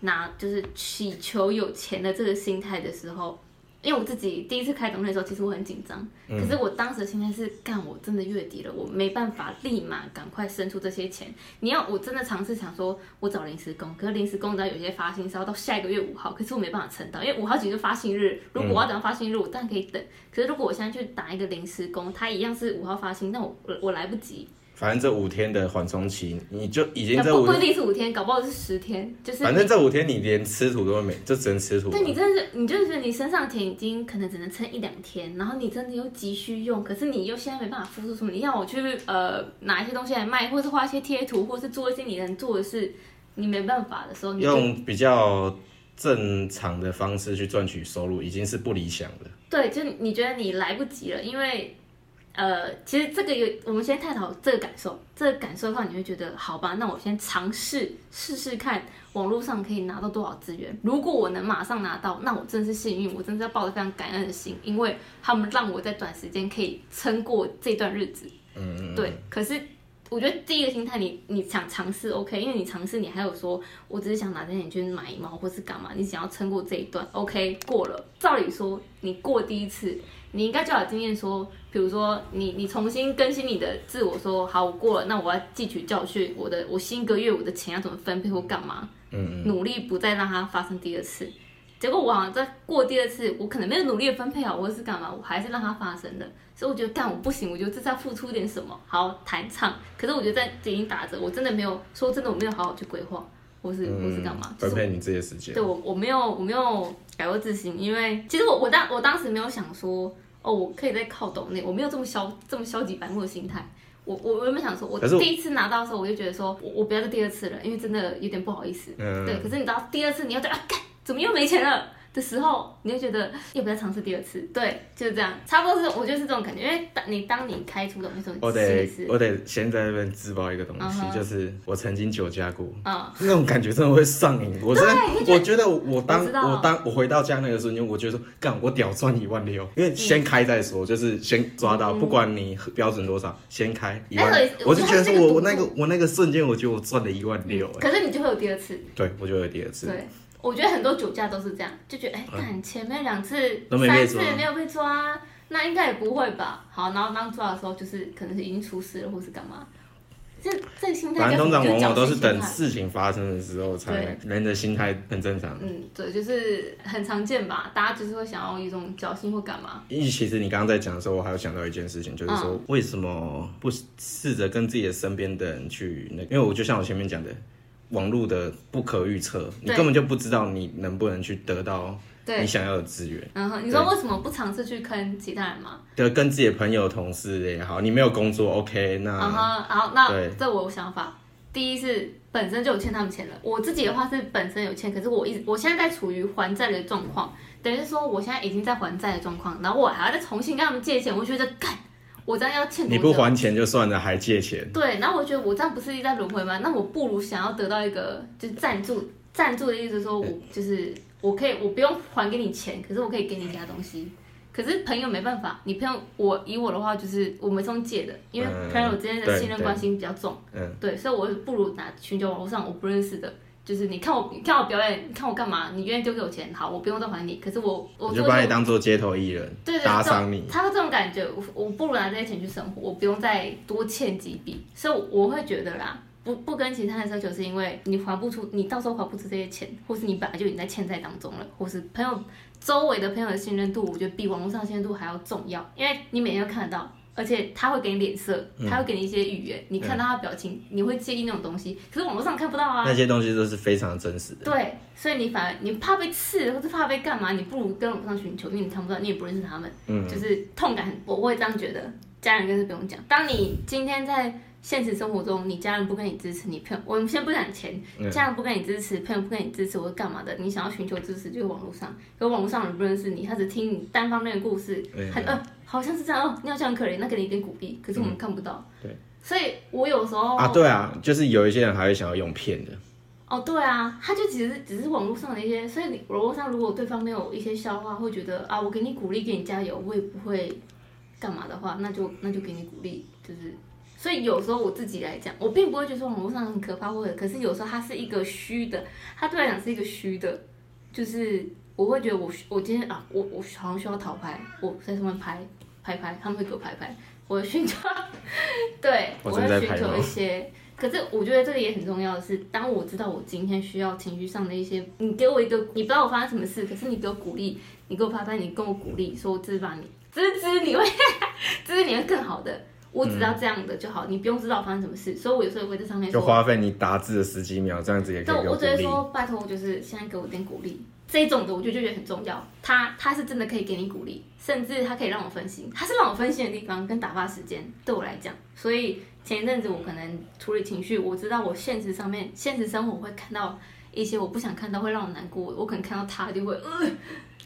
Speaker 1: 拿就是祈求有钱的这个心态的时候，因为我自己第一次开董事的时候，其实我很紧张，
Speaker 2: 嗯
Speaker 1: 可是我当时的心态是，干，我真的月底了，我没办法立马赶快生出这些钱。你要我真的尝试想说，我找临时工，可是临时工你知道有些发薪是要到下一个月五号，可是我没办法撑到，因为五号其实就发薪日，如果我要
Speaker 2: 嗯
Speaker 1: 等到发薪日，我当然可以等。可是如果我现在去打一个临时工，他一样是五号发薪，那我我我来不及，
Speaker 2: 反正这五天的缓冲期，你就已经
Speaker 1: 那
Speaker 2: 这
Speaker 1: 不
Speaker 2: 五
Speaker 1: 不，一定是五天，搞不好是十天，就是
Speaker 2: 反正这五天你连吃土都没，就只能吃土。
Speaker 1: 但你真的是，你就是觉得你身上的钱已经可能只能撑一两天，然后你真的又急需用，可是你又现在没办法付出什么，你让我去呃拿一些东西来卖，或是画一些贴图，或是做一些你能做的事，你没办法的时候，你就
Speaker 2: 用比较正常的方式去赚取收入，已经是不理想的。
Speaker 1: 对，就你觉得你来不及了，因为呃，其实这个有，我们先探讨这个感受，这个感受的话，你会觉得好吧，那我先尝试试试看，网络上可以拿到多少资源。如果我能马上拿到，那我真的是幸运，我真的要抱着非常感恩的心，因为他们让我在短时间可以撑过这段日子。
Speaker 2: 嗯，
Speaker 1: 对，可是我觉得第一个心态你，你想尝试 OK，因为你尝试，你还有说，我只是想拿这点去买猫或是干嘛，你想要撑过这一段 OK 过了。照理说，你过第一次，你应该就有经验说，比如说你你重新更新你的自我说，好，我过了，那我要汲取教训，我的我新一个月我的钱要怎么分配或干嘛，嗯嗯，努力不再让它发生第二次。结果我好像在过第二次，我可能没有努力的分配好，或者是干嘛，我还是让它发生了。所以我觉得干我不行，我觉得这是要付出点什么。好弹唱，可是我觉得在已经打折，我真的没有说真的，我没有好好去规划，或是、或是干嘛，就
Speaker 2: 嗯分
Speaker 1: 是
Speaker 2: 配你自己的时间
Speaker 1: 对。我我没有我没有改过自新，因为其实我我当我当时没有想说哦，我可以再靠抖内，我没有这么消这么消极白目的心态。我我我原本想说，我
Speaker 2: 可是我
Speaker 1: 第一次拿到的时候，我就觉得说我我不要再第二次了，因为真的有点不好意思。
Speaker 2: 嗯
Speaker 1: 对，可是你知道第二次你要对啊，干怎么又没钱了的时候，你就觉得要不要尝试第二次？对，就是这样，差不多是我觉得是这种感觉，因为当你当你开出的那种
Speaker 2: 我
Speaker 1: 心理
Speaker 2: 得
Speaker 1: 是，
Speaker 2: 哦我得先在那边自爆一个东西
Speaker 1: 嗯哼
Speaker 2: 就是我曾经酒驾过，
Speaker 1: 嗯，
Speaker 2: 那种感觉真的会上瘾。我真的，我觉得我当
Speaker 1: 我知道
Speaker 2: 我当我回到家那个瞬间，我觉得说，干，我屌赚一万六，因
Speaker 1: 嗯
Speaker 2: 为先开再说，就是先抓到，不管你标准多少，先开一万
Speaker 1: 那
Speaker 2: 六
Speaker 1: 个，
Speaker 2: 我就觉得说我我
Speaker 1: 我觉
Speaker 2: 那
Speaker 1: 得是个赌
Speaker 2: 个我那个瞬间，我觉得我赚了一万六，哎
Speaker 1: 可是你就会有第二次。
Speaker 2: 对我就有第二次。
Speaker 1: 对，我觉得很多酒驾都是这样，就觉得哎，看、前面两次、
Speaker 2: 都没被
Speaker 1: 三
Speaker 2: 抓
Speaker 1: 次没有被抓，那应该也不会吧？好，然后当抓的时候，就是可能是已经出事了，或是干嘛？这这个心态
Speaker 2: 反正
Speaker 1: 就
Speaker 2: 通
Speaker 1: 是
Speaker 2: 常往往都是
Speaker 1: 就是侥幸
Speaker 2: 等
Speaker 1: 心态
Speaker 2: 事情发生的时候才，人的心态很正常。
Speaker 1: 嗯，对，就是很常见吧，大家就是会想要一种侥幸或干嘛。
Speaker 2: 因为其实你刚刚在讲的时候，我还有想到一件事情，就是
Speaker 1: 嗯
Speaker 2: 说为什么不试着跟自己的身边的人去那个？因为我就像我前面讲的，网络的不可预测，你
Speaker 1: 对
Speaker 2: 根本就不知道你能不能去得到
Speaker 1: 对
Speaker 2: 你想要的资源。
Speaker 1: 然后你说为什么不尝试去坑其他人吗？
Speaker 2: 对，跟自己的朋友、同事也好，你没有工作，OK，那、
Speaker 1: 然后，然后啊那
Speaker 2: 对
Speaker 1: 这我有想法。第一是本身就有欠他们钱了，我自己的话是本身有欠，可是我一直我现在在处于还债的状况，等于是说我现在已经在还债的状况，然后我还要再重新跟他们借钱，我觉得干，我这样要欠多
Speaker 2: 你
Speaker 1: 久？
Speaker 2: 不还钱就算了，还借钱，
Speaker 1: 对，然后我觉得我这样不是一直在轮回吗？那我不如想要得到一个就是赞助，赞助的意思是说我就是我可以我不用还给你钱，可是我可以给你其他东西。可是朋友没办法，你朋友我以我的话就是我们是用借的，因为
Speaker 2: 嗯
Speaker 1: 朋友之间的
Speaker 2: 对
Speaker 1: 信任
Speaker 2: 对
Speaker 1: 关系比较重，
Speaker 2: 嗯，
Speaker 1: 对，所以我不如拿寻求网络上我不认识的。就是你看我，你看我表演，你看我干嘛？你愿意丢给我钱，好，我不用再还你。可是我，我
Speaker 2: 我
Speaker 1: 做
Speaker 2: 就
Speaker 1: 这
Speaker 2: 把
Speaker 1: 种
Speaker 2: 你当做街头艺人，
Speaker 1: 对对，
Speaker 2: 打
Speaker 1: 这种
Speaker 2: 赏你。
Speaker 1: 他会这种感觉，我我不如拿这些钱去生活，我不用再多欠几笔，所以我我会觉得啦，不不跟其他人奢求，是因为你还不出，你到时候还不出这些钱，或是你本来就已经在欠债当中了，或是朋友周围的朋友的信任度，我觉得比网络上的信任度还要重要，因为你每天都看得到。而且他会给你脸色，他会给你一些语言，你看到他的表情，你会介意那种东西。可是网络上看不到啊。
Speaker 2: 那些东西都是非常真实的，
Speaker 1: 对，所以你反而你怕被刺，或者怕被干嘛，你不如跟网上寻求，因为你看不到，你也不认识他们，
Speaker 2: 嗯
Speaker 1: 就是痛感很，我会这样觉得。家人更是不用讲，当你今天在现实生活中，你家人不跟你支持，你朋友，我们先不讲钱，
Speaker 2: 嗯
Speaker 1: 家人不跟你支持，朋友不跟你支持，或者干嘛的，你想要寻求支持，就是网络上，可网络上人不认识你，他只听你单方面的故事，
Speaker 2: 嗯
Speaker 1: 很呃，好像是这样哦，你好像很可怜，那给你一点鼓励，可是我们看不到，
Speaker 2: 对，
Speaker 1: 所以我有时候
Speaker 2: 啊，对啊，就是有一些人还会想要用骗的，
Speaker 1: 哦，对啊，他就只是只是网络上的一些，所以你网络上如果对方没有一些消化，会觉得啊，我给你鼓励，给你加油，我也不会干嘛的话，那就那就给你鼓励，就是。所以有时候我自己来讲，我并不会觉得说网络上很可怕或者，可是有时候它是一个虚的，它对我来讲是一个虚的，就是我会觉得我需我今天啊，我我好像需要讨拍，我在上面拍拍拍，他们会给我拍拍，我会寻求， 对
Speaker 2: 我
Speaker 1: 我
Speaker 2: 哦正
Speaker 1: 会
Speaker 2: 在
Speaker 1: 寻
Speaker 2: 拍
Speaker 1: 求
Speaker 2: 吗
Speaker 1: 一些。可是我觉得这个也很重要的是，当我知道我今天需要情绪上的一些，你给我一个，你不知道我发生什么事，可是你给我鼓励，你给我拍拍，你跟我鼓励，说我支把你支持 你会，支持你会更好的。我只要这样的就好，你不用知道发生什么事。所以我有时候也会在上面
Speaker 2: 就
Speaker 1: 说，
Speaker 2: 花费你打字的十几秒，这样子也可
Speaker 1: 但
Speaker 2: 以给
Speaker 1: 我
Speaker 2: 我
Speaker 1: 只会
Speaker 2: 鼓
Speaker 1: 说，拜托，就是现在给我点鼓励。这一种的，我就就觉得很重要。他他是真的可以给你鼓励，甚至他可以让我分心，他是让我分心的地方跟打发时间，对我来讲。所以前一阵子我可能处理情绪，我知道我现实上面 现实生活会看到一些我不想看到，会让我难过。我可能看到他就会，呃，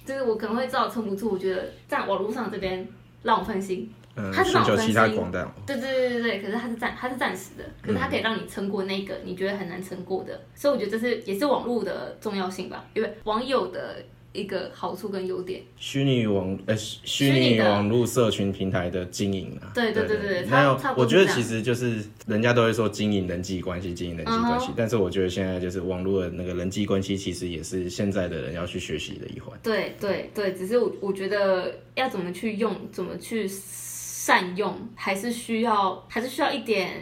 Speaker 1: 就是我可能会知道撑不住。我觉得在网络上这边让我分心，
Speaker 2: 励，嗯，
Speaker 1: 他是
Speaker 2: 寻
Speaker 1: 让我
Speaker 2: 求
Speaker 1: 分
Speaker 2: 其他
Speaker 1: 心
Speaker 2: 广大
Speaker 1: 对对对对对，可是它是暂它是暂时的，可是它可以让你撑过那个、你觉得很难撑过的，所以我觉得这是也是网络的重要性吧，因为网友的一个好处跟优点。
Speaker 2: 虚拟网呃虚
Speaker 1: 虚拟
Speaker 2: 拟
Speaker 1: 的
Speaker 2: 网络社群平台的经营啊。
Speaker 1: 对对对对对
Speaker 2: 那
Speaker 1: 差差不多
Speaker 2: 我觉得
Speaker 1: 是这样
Speaker 2: 其实就是人家都会说经营人际关系，经营人际关
Speaker 1: 嗯
Speaker 2: 系，但是我觉得现在就是网络的那个人际关系，其实也是现在的人要去学习的一环。
Speaker 1: 对对对，只是我我觉得要怎么去用，怎么去善用，还是需要还是需要一点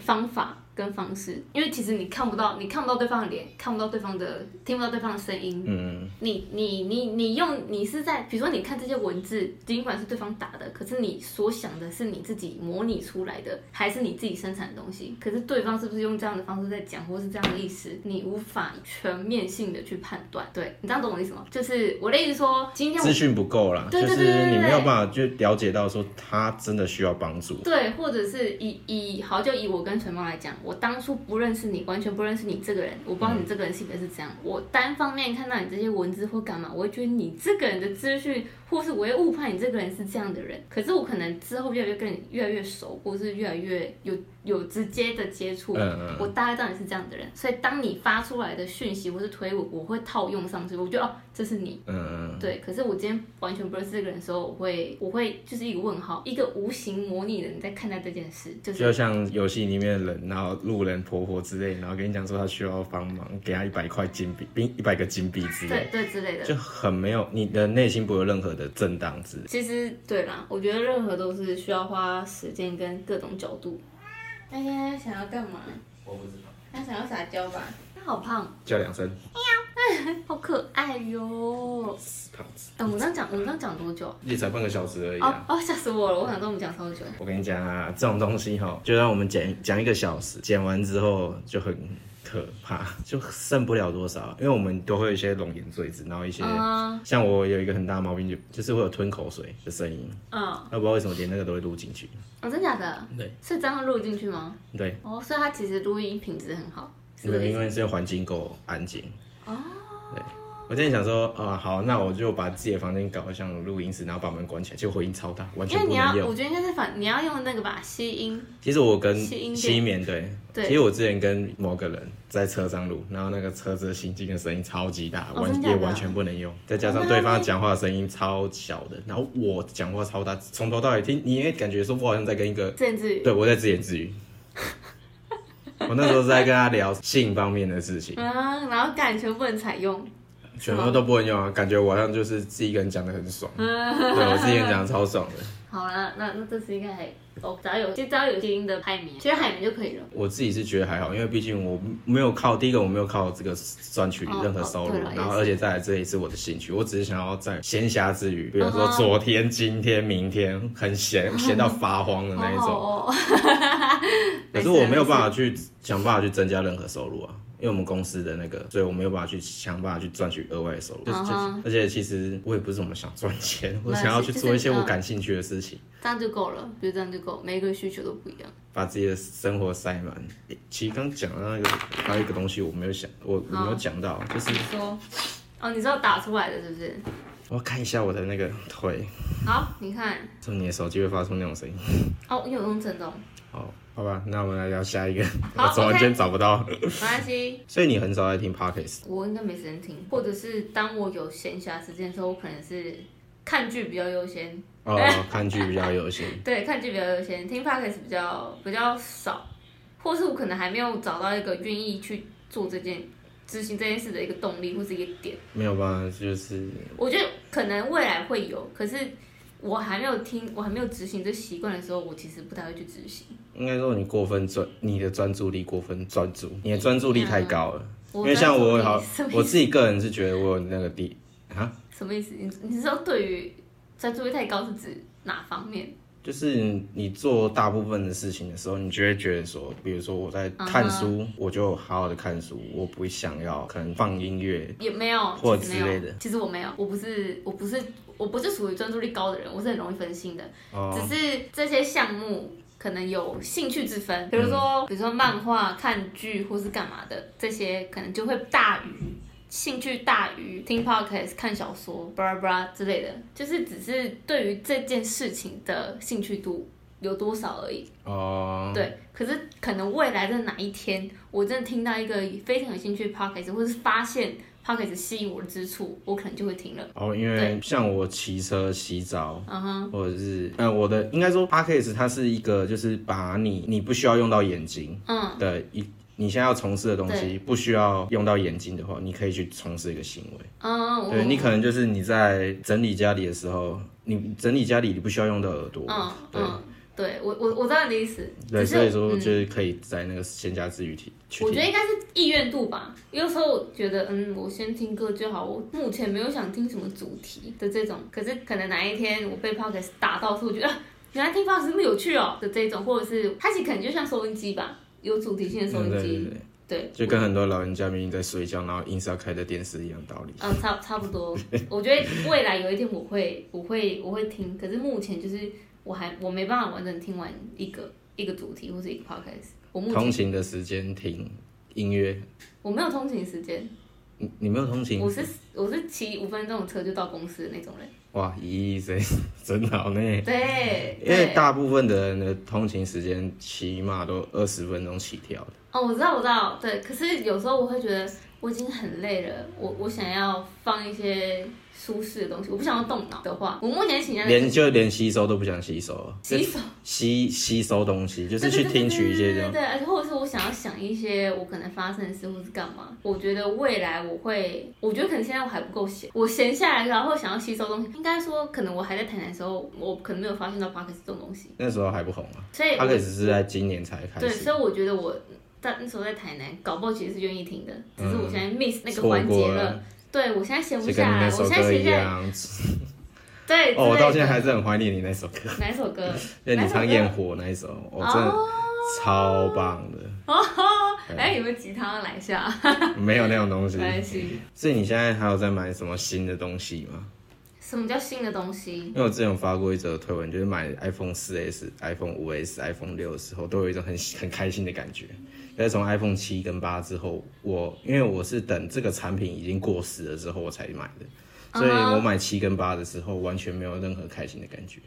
Speaker 1: 方法跟方式，因为其实你看不到你看不到对方的脸，看不到对方的听不到对方的声音，
Speaker 2: 嗯，
Speaker 1: 你你你你用你是在，比如说你看这些文字，尽管是对方打的，可是你所想的是你自己模拟出来的，还是你自己生产的东西？可是对方是不是用这样的方式在讲，或是这样的意思，你无法全面性的去判断。对你这样懂我意思吗？就是我的意思说，今天我
Speaker 2: 资讯不够啦，
Speaker 1: 对对对
Speaker 2: 就
Speaker 1: 对
Speaker 2: 是
Speaker 1: 对
Speaker 2: 你没有
Speaker 1: 对
Speaker 2: 办法去了解到说他真的需要帮助。
Speaker 1: 对，或者是以以好，就以我跟水猫来讲，我当初不认识你，完全不认识你这个人，我不知道你这个人性格是怎样。我单方面看到你这些文字或干嘛，我会觉得你这个人的资讯，或是我会误判你这个人是这样的人。可是我可能之后越来越跟你越来越熟，或是越来越有有直接的接触，
Speaker 2: 嗯嗯
Speaker 1: 我大概知道你是这样的人。所以当你发出来的讯息或是推文，我会套用上去，我觉得哦，这是你，
Speaker 2: 嗯嗯，
Speaker 1: 对，可是我今天完全不认识这个人的时候，我会我会就是一个问号，一个无形模拟人在看待这件事，就
Speaker 2: 就是像游戏里面的人，然后路人婆婆之类，然后跟你讲说他需要帮忙，给他一百块金币，一百个金币之类
Speaker 1: 对，对之类的。
Speaker 2: 嗯就很没有你的内心不会有任何的震荡之类。
Speaker 1: 其实对啦，我觉得任何都是需要花时间跟各种角度。他现在想要干嘛？
Speaker 2: 我不知道，
Speaker 1: 他想要撒娇吧？他好胖，
Speaker 2: 叫两声，
Speaker 1: 好可爱哟！
Speaker 2: 死胖子，
Speaker 1: 哎、我们刚讲，我们刚讲多久啊？
Speaker 2: 也才半个小时而已
Speaker 1: 哦
Speaker 2: 啊。
Speaker 1: 哦，吓死我了！我想说我们讲超久。
Speaker 2: 我跟你讲啊，这种东西哈，就让我们剪讲一个小时，剪完之后就很可怕，就剩不了多少，啊因为我们都会有一些龙眼坠子，然后一些、
Speaker 1: 嗯
Speaker 2: 像我有一个很大的毛病，就就是会有吞口水的声音，
Speaker 1: 嗯，
Speaker 2: 我不知道为什么连那个都会录进去。
Speaker 1: 哦，真假的？
Speaker 2: 对
Speaker 1: 是这样录进去吗？
Speaker 2: 对，
Speaker 1: 哦，所以他其实录音品质很好，是不
Speaker 2: 对，
Speaker 1: 是？
Speaker 2: 因为这个环境够安静。哦。对，我之前想说，啊、好，那我就把自己的房间搞得像录音室，然后把门关起来，结果回音超大，完
Speaker 1: 因
Speaker 2: 全
Speaker 1: 为
Speaker 2: 不
Speaker 1: 你要
Speaker 2: 能，用
Speaker 1: 我。觉得应该是反，你要用那个吧，吸音。
Speaker 2: 其实我跟
Speaker 1: 吸音垫
Speaker 2: 西棉对，
Speaker 1: 对
Speaker 2: 其实我之前跟某个人在车上录，然后那个车子行进的声音超级大，
Speaker 1: 哦
Speaker 2: 完、
Speaker 1: 真的假
Speaker 2: 也
Speaker 1: 的哦
Speaker 2: 完全不能用，再加上对方讲话的声音超小的，然后我讲话超大，从头到尾听，你也感觉说我好像在跟一个
Speaker 1: 甚至
Speaker 2: 对，我在自言自语。我那时候是在跟他聊性方面的事情，
Speaker 1: 啊，然后感觉不能采用，
Speaker 2: 全部都不能用啊，感觉我好像就是自己一个人讲的很爽。对
Speaker 1: 嗯
Speaker 2: 我自己一个人讲得超爽的，
Speaker 1: 好啦，那那这次应该还哦，只要有其实只要有吸音的海绵，其实海绵就可以了。
Speaker 2: 我自己是觉得还好，因为毕竟我没有靠第一个我没有靠这个赚取任何收入，
Speaker 1: 哦哦对了
Speaker 2: 然
Speaker 1: 也是
Speaker 2: 后而且再来这也是我的兴趣，我只是想要在闲暇之余，比如说
Speaker 1: 嗯哼
Speaker 2: 昨天、今天、明天 很闲，闲到发慌的那一种。
Speaker 1: 哦 哦，
Speaker 2: 可
Speaker 1: 没
Speaker 2: 是
Speaker 1: 事
Speaker 2: 我没有办法去想办法去增加任何收入啊，因为我们公司的那个，所以我没有办法去想办法去赚取额外的收入。就是就是
Speaker 1: 嗯哼
Speaker 2: 而且其实我也不是怎么想赚钱，我
Speaker 1: 那
Speaker 2: 想要
Speaker 1: 是
Speaker 2: 去
Speaker 1: 就是
Speaker 2: 做一些
Speaker 1: 嗯
Speaker 2: 我感兴趣的事情，
Speaker 1: 这样就够了，就这样就够，每一个需求都不一样。
Speaker 2: 把自己的生活塞满。诶其实刚讲的那个还有一个东西我没有想，我我没有讲到，就是
Speaker 1: 你说，哦，你知道打出来的是不是？
Speaker 2: 我要看一下我的那个腿，
Speaker 1: 好，你看，
Speaker 2: 就你的手机会发出那种声音。
Speaker 1: 哦，你有用震动，
Speaker 2: 好，好吧，那我们来聊下一个，
Speaker 1: 好
Speaker 2: 我突然
Speaker 1: OK
Speaker 2: 间找不到，
Speaker 1: 没关系。
Speaker 2: 所以你很少在听 podcast。
Speaker 1: 我应该没时间听，或者是当我有闲暇时间的时候，我可能是看剧比较优先，
Speaker 2: 哦，看剧比较优先。
Speaker 1: 对，看剧比较优先，听 podcast 比较比较少，或是我可能还没有找到一个愿意去做这件执行这件事的一个动力或是一个点。
Speaker 2: 没有吧？就是
Speaker 1: 我觉得可能未来会有，可是我还没有听，我还没有执行这习惯的时候，我其实不太会去执行。
Speaker 2: 应该说你过分专，你的专注力过分专注，你的专注力太高了。因
Speaker 1: 嗯我
Speaker 2: 为像我
Speaker 1: 专注
Speaker 2: 好
Speaker 1: 力什，么
Speaker 2: 我
Speaker 1: 意思
Speaker 2: 自己个人是觉得我有那个地啊，
Speaker 1: 什么意思？你你是说对于专注力太高是指哪方面？
Speaker 2: 就是你做大部分的事情的时候，你就会觉得说，比如说我在
Speaker 1: 嗯
Speaker 2: 看书我就好好的看书，我不想要可能放音乐。
Speaker 1: 也没有，
Speaker 2: 或
Speaker 1: 其实没
Speaker 2: 之
Speaker 1: 有
Speaker 2: 类的
Speaker 1: 其实我没有，我不是，我不是，我不是属于专注力高的人，我是很容易分心的。
Speaker 2: 哦，
Speaker 1: 只是这些项目可能有兴趣之分，
Speaker 2: 嗯
Speaker 1: 比如说，比如说漫画、看剧或是干嘛的，这些可能就会大于兴趣大于听 podcast、看小说、巴拉巴拉之类的，就是只是对于这件事情的兴趣度有多少而已。
Speaker 2: 哦，
Speaker 1: 对，可是可能未来的哪一天，我真的听到一个非常有兴趣的 podcast，或是发现 podcast 吸引我的之处，我可能就会听了。
Speaker 2: 哦，因为
Speaker 1: 对
Speaker 2: 像我骑车、洗澡，
Speaker 1: 嗯哼，
Speaker 2: 或者是呃，我的应该说 p a c k a g e 它是一个就是把你你不需要用到眼睛
Speaker 1: 嗯。
Speaker 2: 的一。你现在要从事的东西不需要用到眼睛的话，你可以去从事一个行为。
Speaker 1: 嗯，我
Speaker 2: 对你可能就是你在整理家里的时候，你整理家里你不需要用到耳朵。
Speaker 1: 嗯
Speaker 2: 对
Speaker 1: 嗯，对我我我知道你的意思，
Speaker 2: 对，
Speaker 1: 只是
Speaker 2: 所以说
Speaker 1: 嗯
Speaker 2: 就是可以在那个闲暇之余提去
Speaker 1: 我觉
Speaker 2: 听。
Speaker 1: 得应该是意愿度吧。有时候我觉得，嗯，我先听歌就好，我目前没有想听什么主题的这种。可是可能哪一天我被 podcast 打到，是我觉得、啊、原来听 podcast 那么有趣哦的这种，或者是它其实可能就像收音机吧，有主题性的收
Speaker 2: 嗯
Speaker 1: 音
Speaker 2: 对对
Speaker 1: 机，
Speaker 2: 对，
Speaker 1: 对。
Speaker 2: 就跟很多老人家明明在睡觉，然后硬是要开着电视一样道理。
Speaker 1: 嗯，差差不多。我觉得未来有一天我会，我会，我会听。可是目前就是我还我没办法完整听完一个一个主题或是一个 podcast。我目前
Speaker 2: 通勤的时间听音乐，
Speaker 1: 我没有通勤时间，
Speaker 2: 你你没有通勤
Speaker 1: 我是我是骑五分钟的车就到公司的那种人。
Speaker 2: 哇，一亿真 真好呢。
Speaker 1: 对，
Speaker 2: 因为
Speaker 1: 对
Speaker 2: 大部分的人的通勤时间起码都二十分钟起跳的。
Speaker 1: 哦，我知道，我知道，对。可是有时候我会觉得我已经很累了，我我想要放一些舒适的东西，我不想要动脑的话，我目前倾向于
Speaker 2: 连就连吸收都不想吸收了，
Speaker 1: 洗手，
Speaker 2: 吸吸收东西，就
Speaker 1: 就是
Speaker 2: 去听取一些这
Speaker 1: 哦对对
Speaker 2: 样。
Speaker 1: 对，而且或者是我想要想一些我可能发生的事或是干嘛。我觉得未来我会，我觉得可能现在我还不够闲，我闲下来然后想要吸收东西，应该说可能我还在台南的时候，我可能没有发现到 p a r k e 这种东西，
Speaker 2: 那时候还不红啊，
Speaker 1: 所以
Speaker 2: 他
Speaker 1: 我
Speaker 2: 可只是在今年才开
Speaker 1: 对，
Speaker 2: 始
Speaker 1: 所以我觉得我在那时候在台南，搞不好其实是愿意听的，只是我现在 miss 那个
Speaker 2: 嗯错
Speaker 1: 环节
Speaker 2: 过
Speaker 1: 了。，对，我现在闲
Speaker 2: 就
Speaker 1: 不
Speaker 2: 跟你
Speaker 1: 下来，
Speaker 2: 那
Speaker 1: 我
Speaker 2: 首
Speaker 1: 现在
Speaker 2: 歌
Speaker 1: 闲
Speaker 2: 一
Speaker 1: 下来，
Speaker 2: 样。
Speaker 1: 对，
Speaker 2: 哦，我
Speaker 1: 之类
Speaker 2: 到现
Speaker 1: 的
Speaker 2: 在还是很怀念你那首歌，
Speaker 1: 哪一首歌？
Speaker 2: 因为你
Speaker 1: 哪首
Speaker 2: 唱
Speaker 1: 歌
Speaker 2: 《焰火》那一首， 我真的
Speaker 1: 哦，
Speaker 2: 超棒的，嗯
Speaker 1: 哎，有没有吉他来一 下？
Speaker 2: 没有那种东西
Speaker 1: 哦 没。关系。
Speaker 2: 所以你现在还有在买什么新的东西吗？
Speaker 1: 什么叫新的东西？
Speaker 2: 因为我之前有发过一则推文，就是买 iPhone 4S、iPhone 5S、iPhone 6的时候，都有一种很很开心的感觉。但是从 iPhone 7跟8之后，我因为我是等这个产品已经过时了之后我才买的，所以
Speaker 1: 嗯
Speaker 2: 我买7跟8的时候完全没有任何开心的感觉。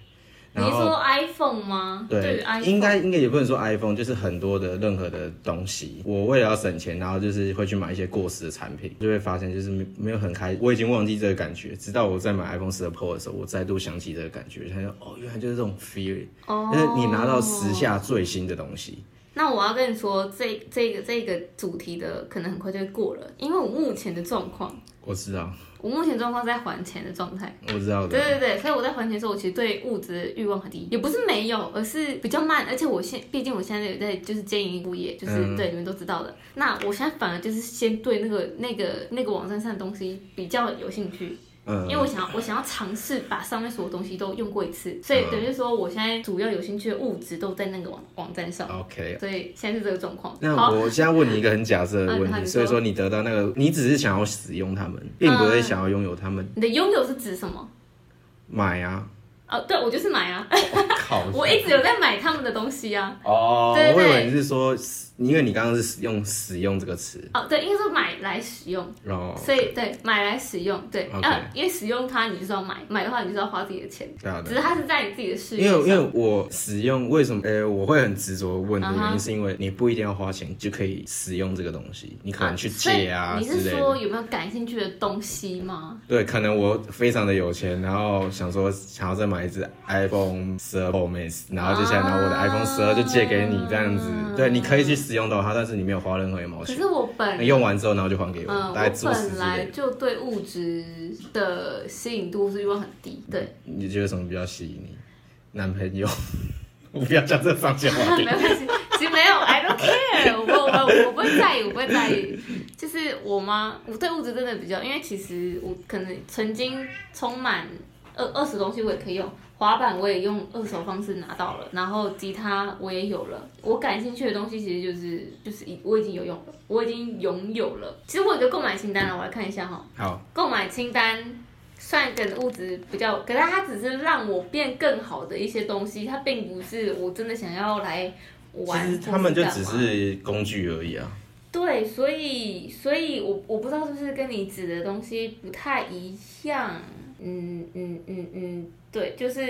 Speaker 1: 你
Speaker 2: 然
Speaker 1: 是
Speaker 2: 后。
Speaker 1: 说 iPhone 吗？对于
Speaker 2: 对，
Speaker 1: iPhone，
Speaker 2: 应该应该也不能说 iPhone，就是很多的任何的东西，我为了要省钱，然后就是会去买一些过时的产品，就会发现就是没没有很开，我已经忘记这个感觉，直到我在买 iPhone 十 Pro 的时候，我再度想起这个感觉，他说哦，原来就是这种 feel，、
Speaker 1: 哦，
Speaker 2: 就是你拿到时。下最新的东西，
Speaker 1: 那我要跟你说，这这个这个主题的可能很快就会过了，因为我目前的状况，
Speaker 2: 我知道，
Speaker 1: 我目前状况是在还钱的状态。
Speaker 2: 我知道
Speaker 1: 对对
Speaker 2: 的，
Speaker 1: 对，所以我在还钱的时候，我其实对物质的欲望很低，也不是没有，而是比较慢。而且我现，毕竟我现在有在就是经营副业，就是、
Speaker 2: 嗯
Speaker 1: 对你们都知道的。那我现在反而就是先对那个那个那个网站上的东西比较有兴趣，
Speaker 2: 嗯
Speaker 1: 因为我想要我想要尝试把上面所有东西都用过一次，所以
Speaker 2: 嗯
Speaker 1: 等于说我现在主要有兴趣的物质都在那个网网站上，
Speaker 2: ，OK。
Speaker 1: 所以现在是这个状况。
Speaker 2: 那
Speaker 1: 好，
Speaker 2: 我现在问你一个很假设的
Speaker 1: 嗯
Speaker 2: 问
Speaker 1: 好
Speaker 2: 题，
Speaker 1: 你
Speaker 2: 所以
Speaker 1: 说
Speaker 2: 说你得到那个，你只是想要使用它们，并不
Speaker 1: 嗯
Speaker 2: 是想要拥有它们，
Speaker 1: 你的拥有是指什么？
Speaker 2: 买啊！
Speaker 1: 哦，对，我就是买啊，
Speaker 2: 靠，
Speaker 1: 我一直有在买他们的东西啊。
Speaker 2: 哦，
Speaker 1: 对
Speaker 2: 我以
Speaker 1: 对
Speaker 2: 为你是说，因为你刚刚是使用“使用”这个词，
Speaker 1: 哦，对，应该说买来使用。
Speaker 2: 然后
Speaker 1: 所以对，买来使用，对，
Speaker 2: 哦 OK
Speaker 1: 啊，因为使用它，你就是要买，买的话你就是要花自己的钱，
Speaker 2: 对啊，
Speaker 1: 只是
Speaker 2: 对啊。
Speaker 1: 它是在你自己的事
Speaker 2: 因为
Speaker 1: 业
Speaker 2: 因为
Speaker 1: 上。啊
Speaker 2: 我使用为什么呃我会很执着问的原
Speaker 1: 嗯
Speaker 2: 因，
Speaker 1: 哼
Speaker 2: 是因为你不一定要花钱就可以使用这个东西，你可能去
Speaker 1: 所以
Speaker 2: 借啊
Speaker 1: 你
Speaker 2: 之
Speaker 1: 是
Speaker 2: 类
Speaker 1: 说
Speaker 2: 的。
Speaker 1: 有没有感兴趣的东西吗？
Speaker 2: 对，可能我非常的有钱，然后想说想要再买买一只 iPhone 十二 Pro Max，然后就现在拿我的
Speaker 1: 啊
Speaker 2: iPhone 十二就借给你这样子，对，你可以去使用到它，但是你没有花任何一毛
Speaker 1: 可
Speaker 2: 钱。
Speaker 1: 是我本
Speaker 2: 你哦用完之后，然后就还给我，
Speaker 1: 嗯，
Speaker 2: 大概
Speaker 1: 我
Speaker 2: 做死之
Speaker 1: 本
Speaker 2: 类
Speaker 1: 来
Speaker 2: 的。
Speaker 1: 就对物质的吸引度是欲望很低，对，
Speaker 2: 你觉得什么比较吸引你？男朋友？ 我不要讲这上线话
Speaker 1: 没
Speaker 2: 题。
Speaker 1: 关系，其实没有，I don't care，我我我不会在意，我不会在意。就是我妈，我对物质真的比较，因为其实我可能曾经充满二二手东西，我也可以用滑板，我也用二手方式拿到了，然后吉他我也有了，我感兴趣的东西其实就是就是已我已经有用了，我已经拥有了。其实我有一个购买清单了，我来看一下哈。
Speaker 2: 好，
Speaker 1: 购买清单算跟物质比较，可是它只是让我变更好的一些东西，它并不是我真的想要来玩
Speaker 2: 其
Speaker 1: 或
Speaker 2: 实
Speaker 1: 是干嘛。
Speaker 2: 他们就只是工具而已啊。
Speaker 1: 对，所以所以我我不知道是不是跟你指的东西不太一样。嗯嗯嗯嗯，对，就是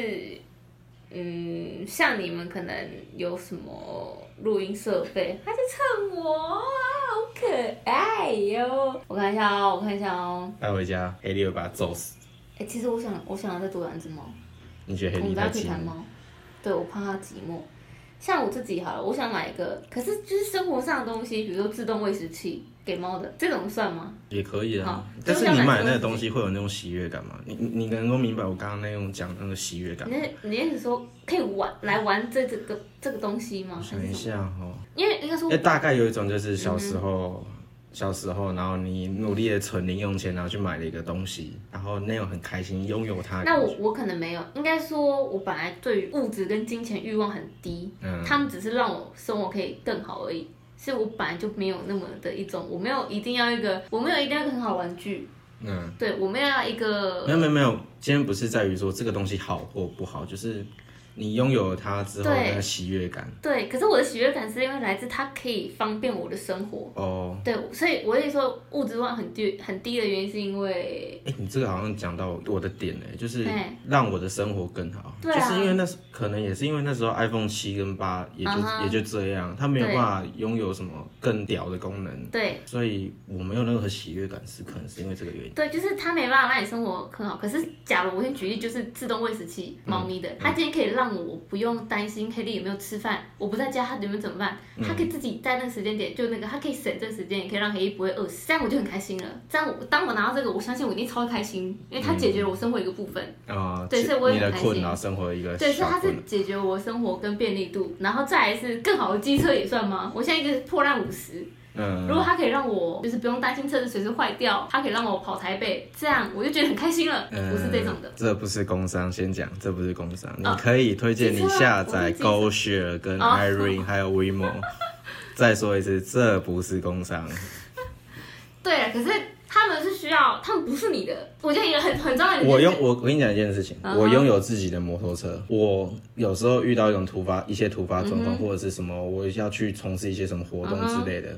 Speaker 1: 嗯，像你们可能有什么录音设备，他在蹭我啊，好可爱哟、我看一下哦，我看一下哦。
Speaker 2: 带回家，黑莉会把它揍死。
Speaker 1: 哎、其实我想，我想要再多养一只猫。
Speaker 2: 你觉得
Speaker 1: 我
Speaker 2: 黑莉
Speaker 1: 们
Speaker 2: 太
Speaker 1: 家可以
Speaker 2: 寂
Speaker 1: 谈
Speaker 2: 寞？
Speaker 1: 猫，对我怕它寂寞。像我自己好了，我想买一个，可是就是生活上的东西，比如说自动喂食器给猫的，这种算吗？
Speaker 2: 也可以啊
Speaker 1: 好，
Speaker 2: 但是
Speaker 1: 就是
Speaker 2: 你
Speaker 1: 要
Speaker 2: 买
Speaker 1: 买
Speaker 2: 那个东西会有那种喜悦感吗？你你你能够明白我刚刚那种讲那个喜悦感吗？
Speaker 1: 你你意思说可以玩来玩这这个这个东西吗？还
Speaker 2: 我想一
Speaker 1: 是什么？
Speaker 2: 下哦，
Speaker 1: 因为应该说
Speaker 2: 哎、大概有一种就是
Speaker 1: 嗯
Speaker 2: 小时候，小时候，然后你努力的存零用钱，然后去买了一个东西，然后那种很开心拥有它的
Speaker 1: 那
Speaker 2: 感
Speaker 1: 我
Speaker 2: 觉。
Speaker 1: 我可能没有，应该说我本来对于物质跟金钱欲望很低，
Speaker 2: 嗯
Speaker 1: 他们只是让我生活可以更好而已。是我本来就没有那么的一种，我没有一定要一个，我没有一定要一个很好玩具，
Speaker 2: 嗯，
Speaker 1: 对我没有要一个
Speaker 2: 没有没有没有，今天不是在于说这个东西好或不好，就是你拥有了它之后
Speaker 1: 对
Speaker 2: 那个喜悦感
Speaker 1: 对，可是我的喜悦感是因为来自它可以方便我的生活。
Speaker 2: 哦。
Speaker 1: 对，所以我也说物质欲望很低很低的原因是因为，
Speaker 2: 哎、你这个好像讲到我的点呢、欸就是
Speaker 1: 哎
Speaker 2: 让我的生活更好。
Speaker 1: 对啊
Speaker 2: 就是因为那时可能也是因为那时候 iPhone 七跟八也就、
Speaker 1: 嗯哼
Speaker 2: 也就这样，它没有
Speaker 1: 对
Speaker 2: 办法拥有什么更屌的功能，
Speaker 1: 对
Speaker 2: 所以我没有任何喜悦感，是可能是因为这个原因。
Speaker 1: 对，就是它没办法让你生活很好。可是假如我先举例，就是自动喂食器猫咪的，它今天可以让我不用担心黑莉有没有吃饭，我不在家它有没有怎么办，它可以自己在那个时间点就那个，它可以省这个时间，也可以让黑莉不会饿死，这样我就很开心了。这样我当我拿到这个，我相信我一定超开心，因为它解决了我生活一个部分。
Speaker 2: 啊、
Speaker 1: 对
Speaker 2: 其
Speaker 1: 所以我也
Speaker 2: 你的
Speaker 1: 很开
Speaker 2: 困
Speaker 1: 心
Speaker 2: 扰生活的一个
Speaker 1: 对，所
Speaker 2: 小
Speaker 1: 以它是
Speaker 2: 困扰。
Speaker 1: 解决我生活跟便利度，然后再来是更好的机车也算吗？我现在一个破烂五十，如
Speaker 2: 嗯
Speaker 1: 果它可以让我就是不用担心车子随时坏掉，它可以让我跑台北，这样我就觉得很开心了。
Speaker 2: 嗯，
Speaker 1: 不是这种的，
Speaker 2: 这不是工商，先讲，这不是工商。你
Speaker 1: 哦
Speaker 2: 可以推荐
Speaker 1: 记
Speaker 2: 你
Speaker 1: 错了
Speaker 2: 下
Speaker 1: 我
Speaker 2: 载
Speaker 1: 忘记了
Speaker 2: GoShare 跟
Speaker 1: 哦
Speaker 2: Irene 还有 WeMo。再说一次，这不是工商。
Speaker 1: 对啊了，可是他们是需要，他们不是你的，我觉得也很很重 要的一件事。
Speaker 2: 我用我我跟你讲一件事情，
Speaker 1: 嗯哼
Speaker 2: 我拥有自己的摩托车。我有时候遇到一种突发一些突发状况，
Speaker 1: 嗯
Speaker 2: 或者是什么，我要去从事一些什么活动之类的。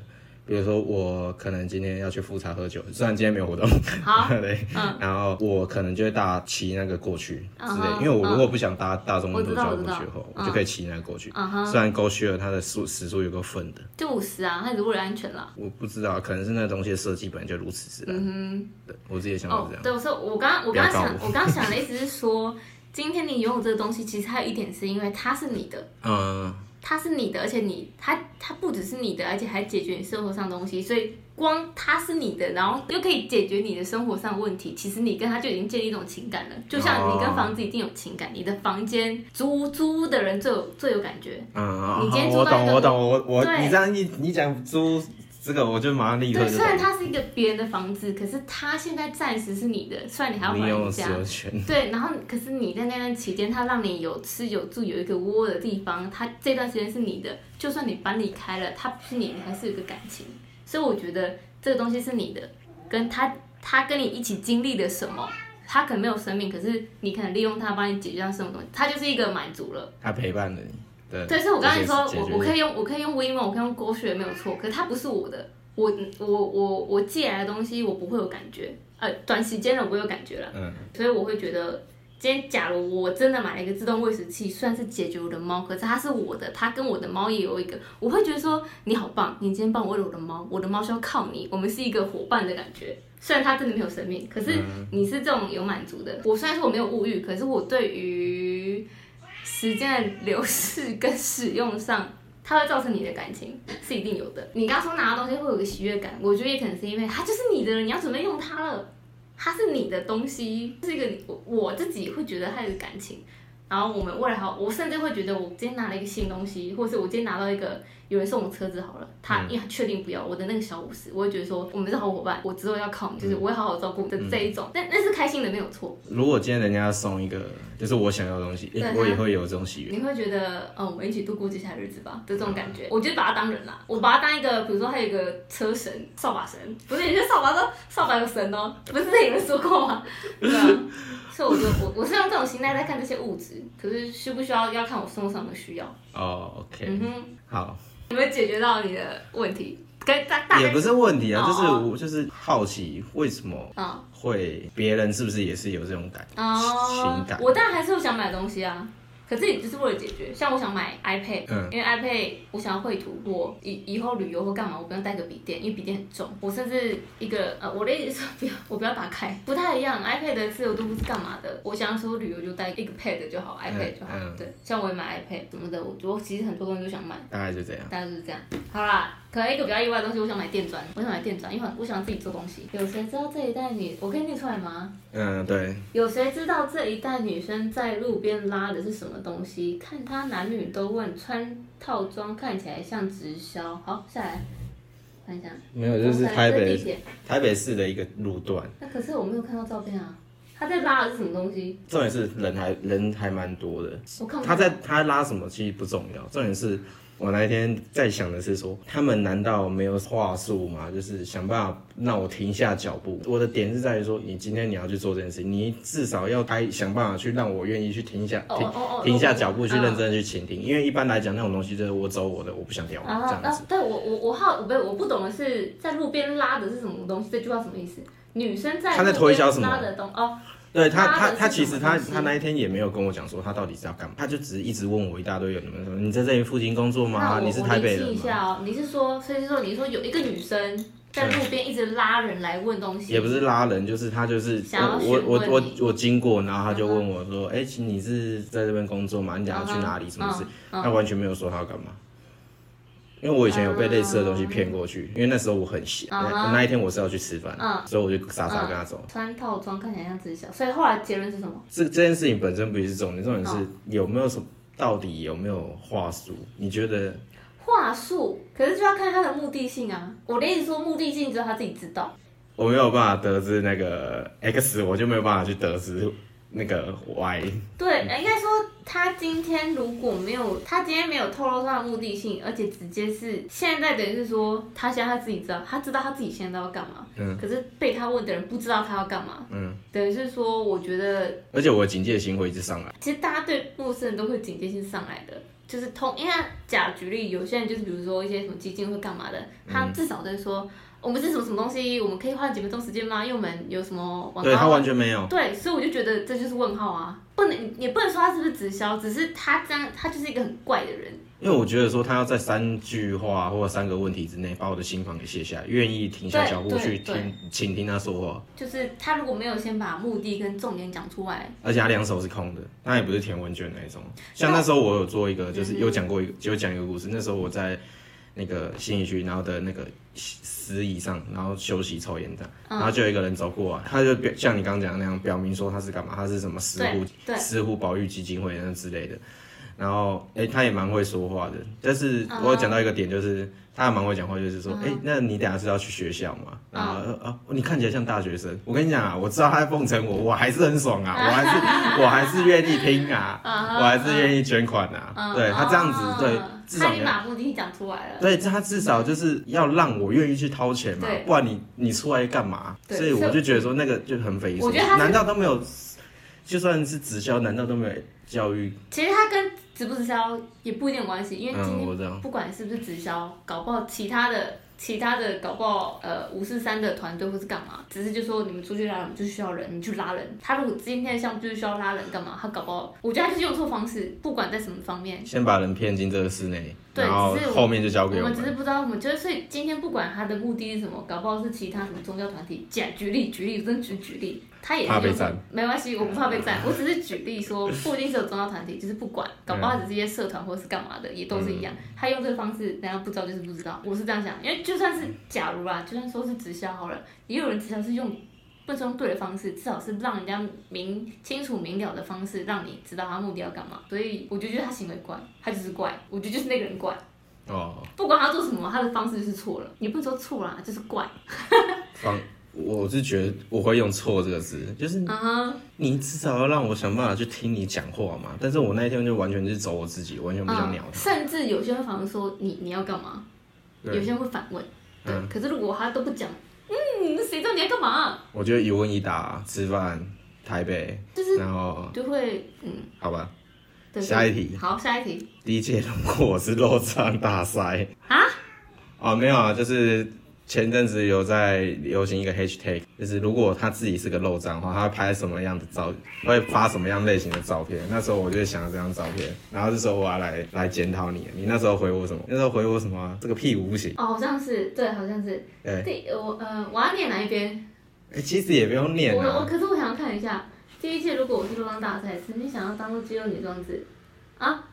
Speaker 2: 比如说，我可能今天要去复查喝酒，虽然今天没有活动，
Speaker 1: 好
Speaker 2: 对，
Speaker 1: 嗯
Speaker 2: 然后我可能就会搭骑那个过去之类
Speaker 1: 嗯
Speaker 2: 的，
Speaker 1: 哼
Speaker 2: 因为我如果不想搭大众运输
Speaker 1: 我知
Speaker 2: 交
Speaker 1: 道我
Speaker 2: 通过
Speaker 1: 知道
Speaker 2: 去的话，我
Speaker 1: 嗯
Speaker 2: 就可以骑那个过去。
Speaker 1: 嗯哼，
Speaker 2: 虽然 GoShare 它的速时速有个分的，
Speaker 1: 就五十啊，他只是为了安全啦。
Speaker 2: 我不知道，可能是那东西的设计本来就如此之然。
Speaker 1: 嗯
Speaker 2: 对，我自己也想
Speaker 1: 哼，
Speaker 2: 法
Speaker 1: 哦
Speaker 2: 是这，样。啊
Speaker 1: 对，我说我刚刚我刚刚
Speaker 2: 不要
Speaker 1: 想
Speaker 2: 告
Speaker 1: 我刚刚想的意思是说，今天你拥有这个东西，其实还有一点是因为它是你的。
Speaker 2: 嗯，
Speaker 1: 它是你的，而且你它它不只是你的，而且还解决你生活上的东西，所以光它是你的，然后又可以解决你的生活上的问题，其实你跟它就已经建立一种情感了。就像你跟房子一定有情感，你的房间租租屋的人最有最有感觉。
Speaker 2: 嗯，
Speaker 1: 你今天
Speaker 2: 我
Speaker 1: 住到
Speaker 2: 懂，
Speaker 1: 一个
Speaker 2: 我懂，我我
Speaker 1: 对
Speaker 2: 你这样一你讲租这个，我就马上立刻
Speaker 1: 对，
Speaker 2: 就
Speaker 1: 虽然
Speaker 2: 懂。
Speaker 1: 它是一个别人的房子，可是它现在暂时是你的，虽然你还要
Speaker 2: 你
Speaker 1: 还
Speaker 2: 有
Speaker 1: 人家
Speaker 2: 所。有权，
Speaker 1: 对，然后可是你在那段期间，它让你有吃有住，有一个窝的地方，它这段时间是你的。就算你搬离开了，它不是你，你还是有一个感情。所以我觉得这个东西是你的，跟他他跟你一起经历了什么，他可能没有生命，可是你可能利用它帮你解决掉什么东西，它就是一个满足了。
Speaker 2: 他陪伴了你。对，
Speaker 1: 对，所以我刚才说
Speaker 2: 这些是解决
Speaker 1: 我我可以用我可以用 WeMo，我可以用 g 学没有错，可是它不是我的，我我我我借来的东西我不会有感觉，呃，短时间的我不会有感觉了。
Speaker 2: 嗯，
Speaker 1: 所以我会觉得今天假如我真的买了一个自动喂食器，虽然是解决我的猫，可是它是我的，它跟我的猫也有一个，我会觉得说你好棒，你今天帮我喂了我的猫，我的猫需要靠你，我们是一个伙伴的感觉。虽然它真的没有生命，可是
Speaker 2: 嗯
Speaker 1: 你是这种有满足的。我虽然说我没有物欲，可是我对于时间的流逝跟使用上，它会造成你的感情是一定有的。你刚刚说拿到东西会有个喜悦感，我觉得也可能是因为它就是你的了，你要准备用它了，它是你的东西，是一个我我自己会觉得它有感情。然后我们未来好，我甚至会觉得我今天拿了一个新东西，或者是我今天拿到一个有人送我车子好了，他因为他确定不要我的那个小五十，我会觉得说我们是好伙伴，我之后要靠你，就是我会好好照顾你的这一种，那那是开心的，没有错。
Speaker 2: 如果今天人家送一个就是我想要的东西，
Speaker 1: 对
Speaker 2: 我也会有这种喜悦。
Speaker 1: 你会觉得，嗯，我们一起度过接下来的日子吧的这种感
Speaker 2: 嗯
Speaker 1: 觉。我就把它当人啦，我把它当一个，比如说还有一个车神、扫把神，不是有些扫把都扫把有神哦，不是有人说过 吗？对啊，所以我就我我是用这种心态在看这些物质，可是需不需要要看我送上的需要。
Speaker 2: 哦，OK、
Speaker 1: 嗯哼，
Speaker 2: 好，
Speaker 1: 有没有解决到你的问题？跟大大
Speaker 2: 也
Speaker 1: 概
Speaker 2: 不是问题啊，
Speaker 1: 哦
Speaker 2: 就是我就是好奇为什么
Speaker 1: 啊
Speaker 2: 会别人是不是也是有这种感情
Speaker 1: 哦
Speaker 2: 感，？
Speaker 1: 我当然还是有想买东西啊。可是也就是为了解决，像我想买 iPad，、
Speaker 2: 嗯
Speaker 1: 因为 iPad 我想要绘图，我以以后旅游或干嘛，我不用带个笔电，因为笔电很重。我甚至一个呃，我的意思是说不要，我不要打开，不太一样。iPad 的自由度是干嘛的？我想说旅游就带一个 Pad 就好，iPad 就好。
Speaker 2: 嗯
Speaker 1: 对，像我也买 iPad 什么的，我我其实很多东西都想买。
Speaker 2: 大概就这样。
Speaker 1: 大概就是这样。好啦，可能一个比较意外的东西，我想买电钻，我想买电钻，因为我想自己做东西。有谁知道这一代女，我可以念出来吗？
Speaker 2: 嗯，对，
Speaker 1: 有谁知道这一代女生在路边拉的是什么东西？看她男女都问穿套装看起来像直销。好，下来看一下，
Speaker 2: 没有，就是台
Speaker 1: 这是地
Speaker 2: 北
Speaker 1: 铁。
Speaker 2: 台北市的一个路段，
Speaker 1: 那可是我没有看到照片啊，她在拉的是什么东西？
Speaker 2: 重点是人还人还蛮多的。
Speaker 1: 我看不到
Speaker 2: 他在他拉什么其实不重要，重点是我那一天在想的是说，他们难道没有话术吗？就是想办法让我停下脚步。我的点是在于说，你今天你要去做这件事，你至少要开想办法去让我愿意去停下
Speaker 1: 哦
Speaker 2: 停
Speaker 1: 哦哦哦
Speaker 2: 停下脚步去
Speaker 1: 嗯
Speaker 2: 认真地去倾听，因为一般来讲那种东西就是我走我的，我不想聊
Speaker 1: 啊
Speaker 2: 这样子。
Speaker 1: 啊！对我我我好我不我不懂的是在路边拉的是什么东西？这句话什么意思？女生在
Speaker 2: 她在
Speaker 1: 路
Speaker 2: 推
Speaker 1: 边
Speaker 2: 销什么
Speaker 1: 拉的东哦，
Speaker 2: 对他，
Speaker 1: 拉
Speaker 2: 他
Speaker 1: 的
Speaker 2: 他
Speaker 1: 是
Speaker 2: 其
Speaker 1: 什
Speaker 2: 实
Speaker 1: 么
Speaker 2: 他
Speaker 1: 东西
Speaker 2: 他那一天也没有跟我讲说他到底是要干嘛，他就只是一直问我一大堆有什么什么，你在这里附近工作吗？
Speaker 1: 那
Speaker 2: 啊你
Speaker 1: 我
Speaker 2: 是
Speaker 1: 我
Speaker 2: 台
Speaker 1: 理
Speaker 2: 北人
Speaker 1: 清一
Speaker 2: 吗？
Speaker 1: 下哦，你是说，所以说你说有一个女生在路边一直拉人来问东西，
Speaker 2: 也不是拉人，就是他就是
Speaker 1: 想要询
Speaker 2: 我
Speaker 1: 问
Speaker 2: 我我
Speaker 1: 你嗯
Speaker 2: 我经过，然后他就问我说：“哎、你是在这边工作吗？你想要去哪里？什么事？”
Speaker 1: 嗯
Speaker 2: 他完全没有说他要干嘛。因为我以前有被类似的东西骗过去，因为那时候我很闲，
Speaker 1: 嗯
Speaker 2: 那那一天我是要去吃饭
Speaker 1: 嗯，
Speaker 2: 所以我就傻傻跟他走。
Speaker 1: 穿套装看起来像直销，所以后来结论是什么？
Speaker 2: 这这件事情本身不是重点，重点
Speaker 1: 嗯
Speaker 2: 是有没有什么，到底有没有话术？你觉得
Speaker 1: 话术，可是就要看他的目的性啊。我的意思说，目的性只有他自己知道。
Speaker 2: 我没有办法得知那个 X，我就没有办法去得知那个 Y。
Speaker 1: 对，呃应该说他今天如果没有，他今天没有透露他的目的性，而且直接是现在等于是说，他现在他自己知道，他知道他自己现在要干嘛，
Speaker 2: 嗯
Speaker 1: 可是被他问的人不知道他要干嘛，
Speaker 2: 嗯，
Speaker 1: 等于是说，我觉得
Speaker 2: 而且我的警戒心会一直上来。
Speaker 1: 其实大家对陌生人都会警戒心上来的，就是通，因为他假举例，有些人就是比如说一些什么基金会干嘛的，
Speaker 2: 嗯
Speaker 1: 他至少都会说、我们是什么什么东西，我们可以花几分钟时间吗？因为我们有什么广
Speaker 2: 对他
Speaker 1: 告。
Speaker 2: 完全没有。
Speaker 1: 对，所以我就觉得这就是问号啊，不能也不能说他是不是直销，只是他这样，他就是一个很怪的人。
Speaker 2: 因为我觉得说他要在三句话或三个问题之内把我的心房给卸下来，愿意停下脚步
Speaker 1: 对
Speaker 2: 去
Speaker 1: 对
Speaker 2: 听，倾听他说话，
Speaker 1: 就是他如果没有先把目的跟重点讲出来，
Speaker 2: 而且他两手是空的，他也不是填问卷那一种。像那时候我有做一个，就是有讲
Speaker 1: 嗯
Speaker 2: 过一个，有讲一个故事。那时候我在那个新义区，然后的那个司椅上，然后休息抽烟的，
Speaker 1: 嗯
Speaker 2: 然后就有一个人走过来，他就表像你刚刚讲的那样，表明说他是干嘛，他是什么石户
Speaker 1: 对对
Speaker 2: 石户保育基金会那之类的。然后，哎、他也蛮会说话的，但是
Speaker 1: 嗯
Speaker 2: 我有讲到一个点，就是、他还蛮会讲话，就是说，哎、那你等下是要去学校吗？
Speaker 1: 嗯
Speaker 2: 然后、啊，你看起来像大学生。我跟你讲啊，我知道他在奉承我，我还是很爽
Speaker 1: 嗯
Speaker 2: 啊，我 还是我还是愿意听啊，我还是愿意捐款啊。
Speaker 1: 嗯，
Speaker 2: 对他这样子，
Speaker 1: 哦
Speaker 2: 对，至少
Speaker 1: 他已
Speaker 2: 你
Speaker 1: 经
Speaker 2: 要。
Speaker 1: 把目的讲出来了。
Speaker 2: 对他至少就是要让我愿意去掏钱嘛
Speaker 1: 对，
Speaker 2: 不然你你出来干嘛？
Speaker 1: 对
Speaker 2: 所以
Speaker 1: 所
Speaker 2: 我
Speaker 1: 以
Speaker 2: 就觉得说那个就很匪夷所
Speaker 1: 我
Speaker 2: 思
Speaker 1: 觉得他。是
Speaker 2: 难道都没有？就算是直销，难道都没有教育？
Speaker 1: 其实它跟直不直销也不一定有关系，因为今
Speaker 2: 嗯，
Speaker 1: 天
Speaker 2: 我知道。
Speaker 1: 不管是不是直销，搞不好其他的其他的搞不好呃五四三的团队或是干嘛，只是就说你们出去拉人就需要人，你去拉人。他如果今天的项目就是需要拉人干嘛，他搞不好，我觉得他就是用错方式，不管在什么方面。
Speaker 2: 先把人骗进这个室内，
Speaker 1: 对
Speaker 2: 然后
Speaker 1: 只是我
Speaker 2: 后面就交
Speaker 1: 我
Speaker 2: 给
Speaker 1: 们
Speaker 2: 们
Speaker 1: 只。是不知道，我们就是所以今天不管他的目的是什么，搞不好是其他什么宗教团体。假举例举例，真举举例，他也是
Speaker 2: 怕被
Speaker 1: 用
Speaker 2: 赞
Speaker 1: 没关系，我不怕被赞，我只是举例说，不一定是有宗教团体，就是不管，搞不好只是一些社团或是干嘛的，也都是一样。他用这个方式，人家不知道就是不知道，我是这样想，因为就算是假如啊，就算说是直销好了，也有人直销是用。不是用对的方式，至少是让人家明清楚明了的方式，让你知道他目的要干嘛。所以我就觉得他行为怪，他就是怪，我觉得就是那个人怪。
Speaker 2: 哦，
Speaker 1: 不管他做什么，他的方式就是错了，也不能说错啦，就是怪。
Speaker 2: 方，我是觉得我会用错这个字，就是
Speaker 1: 嗯哼，
Speaker 2: 你至少要让我想办法去听你讲话嘛。但是我那一天就完全是走我自己，完全不想鸟
Speaker 1: 嗯，
Speaker 2: 他。
Speaker 1: 甚至有些人反而说你你要干嘛，有
Speaker 2: 对
Speaker 1: 些人会反问。对，
Speaker 2: 嗯
Speaker 1: 可是如果他都不讲，嗯，谁知道你要干嘛？
Speaker 2: 我觉得一问一答，吃饭，台北，
Speaker 1: 嗯就是
Speaker 2: 然后
Speaker 1: 就会嗯，
Speaker 2: 好吧，
Speaker 1: 对。
Speaker 2: 下一题
Speaker 1: 好，下一题
Speaker 2: 第一届如果我是肉唱大赛
Speaker 1: 啊？
Speaker 2: 哦，没有啊，就是前阵子有在流行一个 hashtag，就是如果他自己是个肉账的话，他会拍什么样的照，会发什么样类型的照片。那时候我就想了这张照片，然后就说我要来来检讨你，你那时候回我什么？那时候回我什么啊？这个屁股不行。
Speaker 1: 哦，好像是对，好像是
Speaker 2: 对，哎、
Speaker 1: 第我呃，我要念哪一边？
Speaker 2: 其实也不用念
Speaker 1: 我我
Speaker 2: 啊，
Speaker 1: 可是我想要看一下第一届，如果我是流浪大赛，曾经想要当做肌肉女装子啊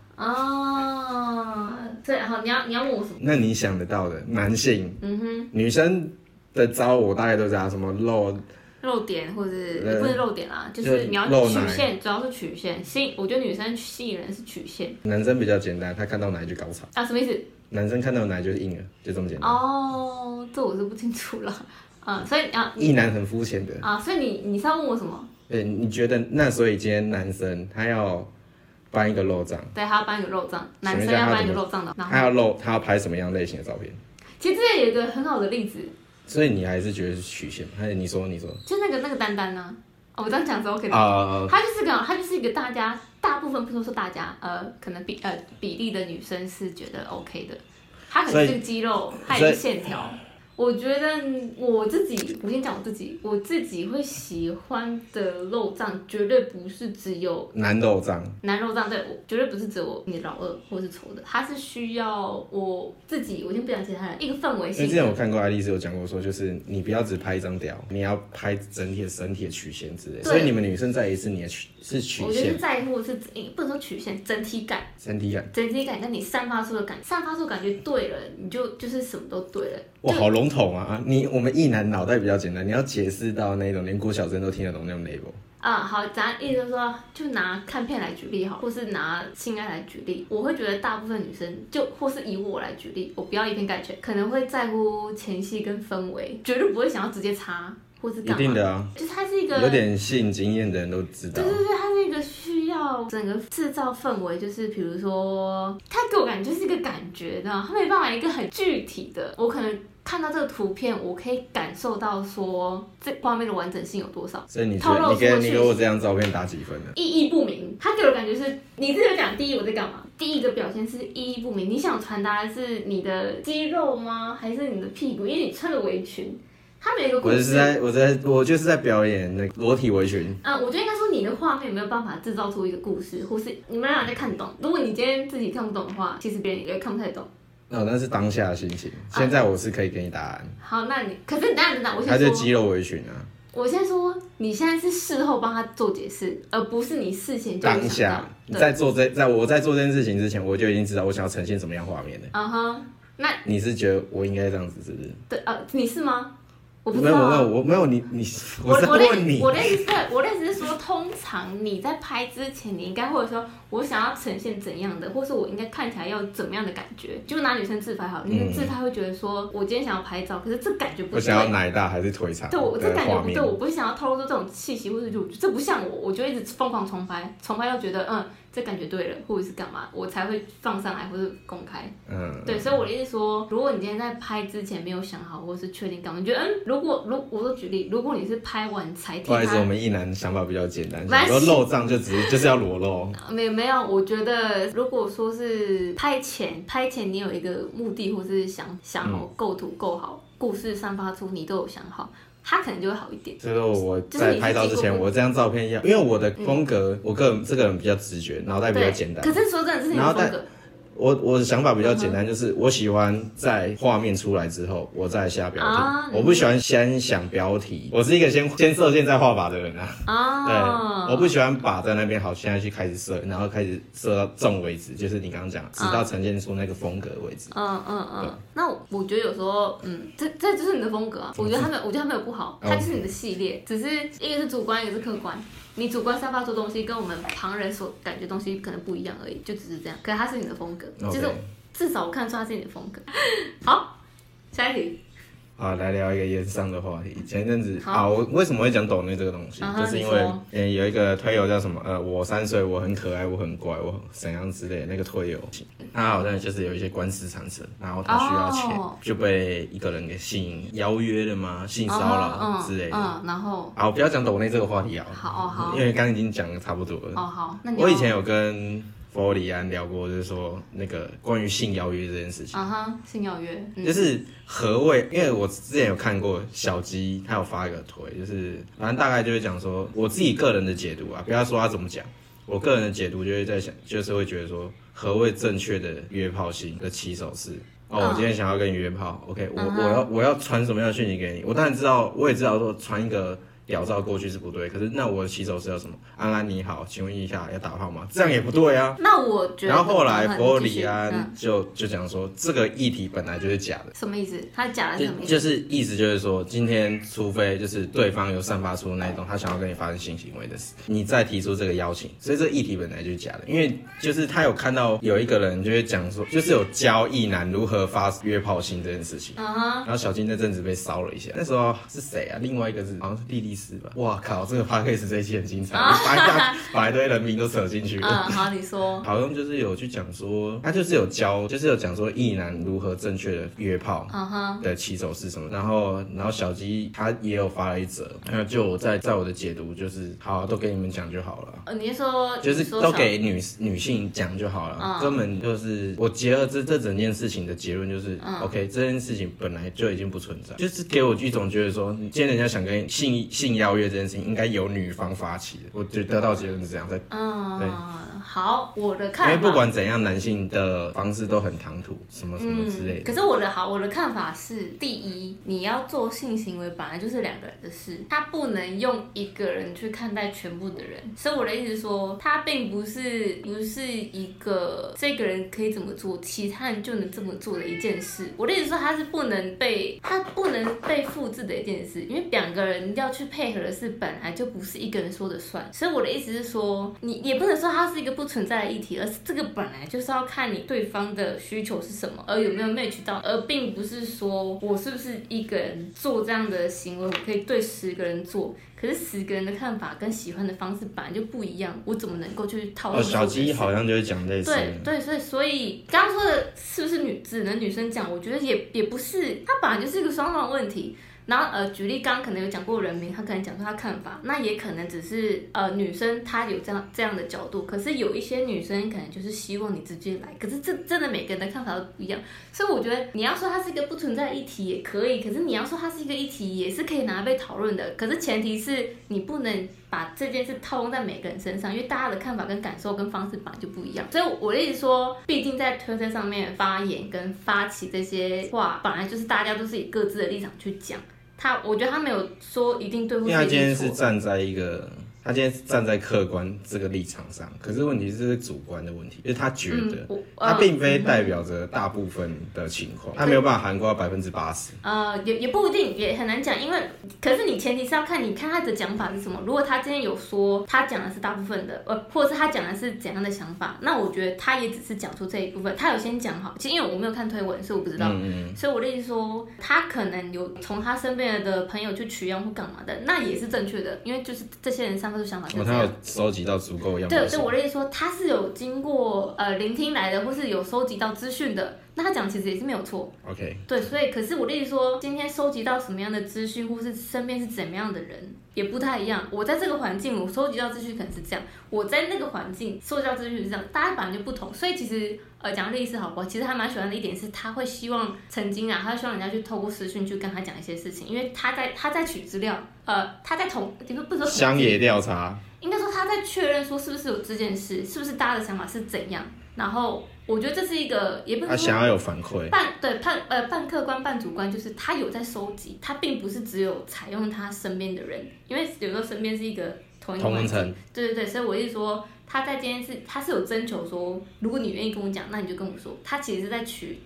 Speaker 1: 哦，对，好，你要你要问我什么？
Speaker 2: 那你想得到的男性、
Speaker 1: 嗯哼。
Speaker 2: 女生的招，我大概都知啊道，什么露
Speaker 1: 露点或者是
Speaker 2: 呃
Speaker 1: 也不是露点啦，就
Speaker 2: 就是
Speaker 1: 你要
Speaker 2: 露
Speaker 1: 曲
Speaker 2: 奶
Speaker 1: 线，主要是曲线吸引。我觉得女生吸引人是曲线
Speaker 2: 男生比较简单，他看到奶就高潮，
Speaker 1: 啊，什么意思？
Speaker 2: 男生看到奶就是硬了，就这么简单。
Speaker 1: 哦，这我是不清楚了。 嗯，所以啊
Speaker 2: 一男很肤浅的，
Speaker 1: 啊，所以你你是要问我什么？
Speaker 2: 对，你觉得那所以今天男生他要搬一个肉帐，
Speaker 1: 对，他要搬一个肉帐，
Speaker 2: 请
Speaker 1: 男
Speaker 2: 问一
Speaker 1: 生
Speaker 2: 下
Speaker 1: 要
Speaker 2: 他
Speaker 1: 搬一个
Speaker 2: 怎么
Speaker 1: 肉帐的。然
Speaker 2: 他
Speaker 1: 后，
Speaker 2: 要露他要拍什么样类型的照片？
Speaker 1: 其实这也有一个很好的例子，
Speaker 2: 所以你还是觉得是曲线吗？还是你说你说
Speaker 1: 就那个那个丹丹呢，哦，我这样讲是 OK 的。
Speaker 2: 啊、
Speaker 1: 她就是个，她就是一个大家大部分不能说大家，呃，可能比呃比例的女生是觉得 OK 的，她可
Speaker 2: 所
Speaker 1: 能
Speaker 2: 以
Speaker 1: 是肌肉，她
Speaker 2: 所
Speaker 1: 也
Speaker 2: 以
Speaker 1: 是线条。我觉得我自己，我先讲我自己，我自己会喜欢的肉脏绝对不是只有
Speaker 2: 男肉帐，
Speaker 1: 男肉脏，对，我绝对不是只有你老二或是丑的，它是需要我自己，我先不讲其他人，一个氛围
Speaker 2: 因为
Speaker 1: 性
Speaker 2: 之前我看过爱丽丝有讲过说，就是你不要只拍一张屌，你要拍整体的身体的曲线之类的。
Speaker 1: 对
Speaker 2: 所以你们女生在意是你的曲是曲
Speaker 1: 我觉得
Speaker 2: 线
Speaker 1: 是在乎是，诶不能说曲线，整体感。
Speaker 2: 身体感，
Speaker 1: 整体感跟你散发出的感，散发出的感觉对了，你就就是什么都对了。
Speaker 2: 哇，好笼统啊！你我们一男脑袋比较简单，你要解释到那种连郭晓生都听得懂那种 level。
Speaker 1: 啊、好，咱意思就是说，就拿看片来举例好，或是拿性爱来举例，我会觉得大部分女生就或是以我来举例，我不要以偏概全，可能会在乎前戏跟氛围，绝对不会想要直接插或是
Speaker 2: 一
Speaker 1: 干
Speaker 2: 定
Speaker 1: 嘛。
Speaker 2: 的啊，
Speaker 1: 就是它是一个
Speaker 2: 有点性经验的人都知
Speaker 1: 对。
Speaker 2: 道
Speaker 1: 对对，它是一个需要整个制造氛围，就是比如说，它给我感觉就是一个感觉，的，它没办法一个很具体的。我可能看到这个图片，我可以感受到说这画面的完整性有多少，
Speaker 2: 所以你觉
Speaker 1: 透
Speaker 2: 得
Speaker 1: 露
Speaker 2: 你给
Speaker 1: 出
Speaker 2: 你
Speaker 1: 去
Speaker 2: 给我这张照片打几分呢？
Speaker 1: 意义不明。它给我的感觉是，你这就讲第一我在干嘛？第一个表现是意义不明，你想传达的是你的肌肉吗？还是你的屁股？因为你穿着围裙，它每个故
Speaker 2: 我
Speaker 1: 事
Speaker 2: 是在我在我就是在表演那个裸体围裙，
Speaker 1: 啊，我觉得应该说你的画面有没有办法制造出一个故事，或是你们俩在看懂。如果你今天自己看不懂的话，其实别人也看不太懂。
Speaker 2: 哦，那是当下的心情。现在我是可以给你答案，
Speaker 1: 好，那你可是你等一下等啊等，我
Speaker 2: 它就
Speaker 1: 先
Speaker 2: 肌
Speaker 1: 说，
Speaker 2: 肉围裙啊，
Speaker 1: 我先说，你现在是事后帮他做解释，而不是你事前就
Speaker 2: 当
Speaker 1: 会想
Speaker 2: 下
Speaker 1: 到。
Speaker 2: 你
Speaker 1: 对，
Speaker 2: 在做这在我在做这件事情之前，我就已经知道我想要呈现什么样画面了。
Speaker 1: 嗯哼，那
Speaker 2: 你是觉得我应该这样子是不是？
Speaker 1: 对呃，你是吗？我不知
Speaker 2: 没有
Speaker 1: 道、
Speaker 2: 没
Speaker 1: 啊
Speaker 2: 有。我没有你你
Speaker 1: 我
Speaker 2: 在
Speaker 1: 我的
Speaker 2: 问你
Speaker 1: 我的意思是，我的意思是说，通常你在拍之前，你应该或者说，我想要呈现怎样的，或是我应该看起来要怎么样的感觉。就拿女生自拍好了，女生自拍会觉得说，我今天想要拍照，可是这感觉不
Speaker 2: 嗯我
Speaker 1: 对
Speaker 2: 想。要奶大还是腿长
Speaker 1: 对我这
Speaker 2: 的
Speaker 1: 感觉
Speaker 2: 画
Speaker 1: 不
Speaker 2: 面
Speaker 1: 对，？我不会想要透露出这种气息，或者就这不像我，我就一直疯狂重拍，重拍到觉得嗯这感觉对了，或者是干嘛，我才会放上来或者公开。
Speaker 2: 嗯，
Speaker 1: 对，所以我的意思说，如果你今天在拍之前没有想好，或是确定干嘛，你觉得嗯，如果如我说举例，如果你是拍完才
Speaker 2: 不
Speaker 1: 贴
Speaker 2: 好意思，我
Speaker 1: 它，
Speaker 2: 们一男想法比较简单，
Speaker 1: 没关
Speaker 2: 想
Speaker 1: 系
Speaker 2: 说肉脏就只是 就是要裸露，
Speaker 1: 没没有，我觉得如果说是拍前，拍前你有一个目的或是想想好构图够好，故事散发出你都有想好，它可能就会好一点。
Speaker 2: 所以说我
Speaker 1: 就是你
Speaker 2: 在
Speaker 1: 是
Speaker 2: 拍照之
Speaker 1: 经
Speaker 2: 前，
Speaker 1: 过嗯
Speaker 2: 我这张照片要，因为我的风格，我个人这个人比较直觉，脑袋比较
Speaker 1: 对，
Speaker 2: 简单
Speaker 1: 可。是说真的，这是你
Speaker 2: 然后
Speaker 1: 的风格。
Speaker 2: 我我的想法比较简单，就是我喜欢在画面出来之后，我再下标题。
Speaker 1: 啊
Speaker 2: 我不喜欢先想标题，我是一个先 先射箭再画靶的人啊。
Speaker 1: 哦，
Speaker 2: 对，我不喜欢靶在那边好，现在去开始射，然后开始射到中为止，就是你刚刚讲，直到呈现出那个风格为止。
Speaker 1: 嗯嗯嗯，那我我觉得有时候，嗯，这这就是你的风格
Speaker 2: 嗯
Speaker 1: 啊。我觉得他没有，我觉得他没有不好，
Speaker 2: 哦
Speaker 1: 它就是你的系列，只是一个是主观，一个是客观。你主观散发出东西跟我们旁人所感觉东西可能不一样而已，就只是这样。可是它是你的风格，就
Speaker 2: OK，
Speaker 1: 是至少我看出它是你的风 格。好，下一题，
Speaker 2: 好，啊来聊一个烟上的话题。前一阵子
Speaker 1: 好
Speaker 2: 啊，我为什么会讲抖内这个东西
Speaker 1: 啊，哈
Speaker 2: 就是因
Speaker 1: 你
Speaker 2: 为
Speaker 1: 说
Speaker 2: 嗯有一个推友叫什么呃，我三岁，我很可爱，我很乖，我怎样之类的那个推友，他好像就是有一些官司缠身，然后他需要钱
Speaker 1: 哦，
Speaker 2: 就被一个人给性邀约了嘛，性骚
Speaker 1: 哦
Speaker 2: 扰
Speaker 1: 嗯
Speaker 2: 之类的。
Speaker 1: 嗯，然后
Speaker 2: 好，不要讲抖内这个话题啊，
Speaker 1: 好哦好
Speaker 2: 因为刚刚已经讲的差不多了。
Speaker 1: 哦好，那你
Speaker 2: 我
Speaker 1: 要
Speaker 2: 以前有跟佛里安聊过，就是说那个关于性邀约这件事情，
Speaker 1: 啊哈性邀约，嗯
Speaker 2: 就是何谓？因为我之前有看过小鸡，他有发一个推，就是反正大概就是讲说我自己个人的解读啊，不要说他怎么讲，我个人的解读就会在想，就是会觉得说何谓正确的约炮性的起手式。哦，我今天想要跟你约炮，OK，我
Speaker 1: 嗯
Speaker 2: 我
Speaker 1: 哼
Speaker 2: 要我要传什么样的讯息给你？我当然知道，我也知道说传一个屌照过去是不对，可是那我的起手式要什么？安安你好，请问一下要打炮吗？这样也不对啊。
Speaker 1: 那我觉得
Speaker 2: 然后后来
Speaker 1: 嗯
Speaker 2: 佛
Speaker 1: 继
Speaker 2: 里
Speaker 1: 续嗯
Speaker 2: 安就就讲说，这个议题本来就是假的。
Speaker 1: 什么意思？他假的是
Speaker 2: 就
Speaker 1: 什么意思？
Speaker 2: 就是意思就是说，今天除非就是对方有散发出那种他想要跟你发生性行为的事，你再提出这个邀请，所以这议题本来就是假的，因为就是他有看到有一个人就会讲说，就是有教一男如何发约炮性这件事情。
Speaker 1: 啊哈，
Speaker 2: 然后小金那阵子被烧了一下，那时候是谁啊？另外一个是好像是莉莉丝吧？哇靠，这个 p a c k a g e 这一期很精彩，把一大把一堆人名都扯进去了。
Speaker 1: 嗯好，你说，
Speaker 2: 好像就是有去讲
Speaker 1: 嗯
Speaker 2: 说，他就是有教，就是有讲说一男如何正确的约炮，
Speaker 1: 嗯哼。
Speaker 2: 的起手是什么。然后，然后小鸡他也有发了一则，那就我在在我的解读就是，好、都给你们讲就好了。
Speaker 1: 呃，你是说
Speaker 2: 就是
Speaker 1: 你说
Speaker 2: 都
Speaker 1: 小
Speaker 2: 给女女性讲就好了，
Speaker 1: 嗯
Speaker 2: 根本就是我结合这这整件事情的结论就是、
Speaker 1: 嗯
Speaker 2: o k 这件事情本来就已经不存在，就是给我一种觉得说，今天人家想跟你性性邀约这件事情，应该由女方发起的，我就得到结论是这样，在
Speaker 1: 嗯，好，我的
Speaker 2: 因
Speaker 1: 看法，
Speaker 2: 为不管怎样，男性的方式都很唐突，什么什么之类
Speaker 1: 嗯，可
Speaker 2: 的，
Speaker 1: 是我的好，我的看法是，第一，你要做性行为本来就是两个人的事，他不能用一个人去看待全部的人。所以我的意思是说，他并不是不是一个这个人可以怎么做，其他人就能这么做的一件事。我的意思是说，他是不能被他不能被复制的一件事，因为两个人要去配合的事本来就不是一个人说的算。所以我的意思是说，你也不能说它是一个不存在的议题，而是这个本来就是要看你对方的需求是什么，而有没有 match 到，而并不是说我是不是一个人做这样的行为，我可以对十个人做，可是十个人的看法跟喜欢的方式本来就不一样，我怎么能够去套
Speaker 2: 哦，
Speaker 1: 用？
Speaker 2: 小鸡好像就是讲类似的
Speaker 1: 对对，所以所以刚刚说的是不是女只能女生讲？我觉得也也不是，它本来就是一个双方的问题。然后呃，举例刚刚可能有讲过人名，他可能讲出他看法，那也可能只是呃女生她有这样这样的角度，可是有一些女生可能就是希望你直接来，可是这真的每个人的看法都不一样，所以我觉得你要说它是一个不存在的议题也可以，可是你要说它是一个议题也是可以拿来被讨论的，可是前提是你不能把这件事套用在每个人身上，因为大家的看法跟感受跟方式本来就不一样。所以我的意思说，毕竟在推特上面发言跟发起这些话，本来就是大家都是以各自的立场去讲。他，我觉得他没有说一定对或
Speaker 2: 因为他
Speaker 1: 一
Speaker 2: 今
Speaker 1: 定
Speaker 2: 天是
Speaker 1: 错。
Speaker 2: 站在一个，他今天是站在客观这个立场上，可是问题是这是主观的问题，就是他觉得，
Speaker 1: 嗯，我
Speaker 2: 他
Speaker 1: 呃
Speaker 2: 并非代表着大部分的情况，
Speaker 1: 嗯
Speaker 2: 他没有办法涵盖百分之八十。
Speaker 1: 呃，也也不一定，也很难讲，因为可是你前提是要看你看他的讲法是什么。如果他今天有说他讲的是大部分的，呃，或者是他讲的是怎样的想法，那我觉得他也只是讲出这一部分，他有先讲好。其实因为我没有看推文，所以我不知道。
Speaker 2: 嗯嗯，
Speaker 1: 所以我的意思说，他可嗯能有从他身边的朋友去取样或干嘛的，那也是正确的，因为就是这些人散发出想法是
Speaker 2: 哦，
Speaker 1: 这
Speaker 2: 他
Speaker 1: 样
Speaker 2: 有。收集到足够的样
Speaker 1: 对
Speaker 2: 本
Speaker 1: 对，
Speaker 2: 数，
Speaker 1: 我的意思说，他是有经过呃聆听来的，或是有收集到资讯的，那他讲其实也是没有错。
Speaker 2: OK，
Speaker 1: 对，所以可是我的意思说，今天收集到什么样的资讯，或是身边是怎么样的人，也不太一样。我在这个环境，我收集到资讯可能是这样；我在那个环境收集到资讯是这样，大家本来就不同。所以其实呃，讲类似好不好？其实还蛮喜欢的一点是，他会希望曾经啊，他会希望人家去透过私讯去跟他讲一些事情，因为他在他在取资料，呃，他在统，你说不是说统计
Speaker 2: 乡野调查，
Speaker 1: 应该说他在确认说是不是有这件事，是不是大家的想法是怎样。然后我觉得这是一个，也不
Speaker 2: 他
Speaker 1: 是说
Speaker 2: 想要有反馈，
Speaker 1: 半对半呃半客观半主观，就是他有在收集，他并不是只有采用他身边的人，因为有时候身边是一个同一个
Speaker 2: 同温
Speaker 1: 环境
Speaker 2: 层，
Speaker 1: 对对对，所以我一直说他在今天是他是有征求说，如果你愿意跟我讲，那你就跟我说。他其实是在取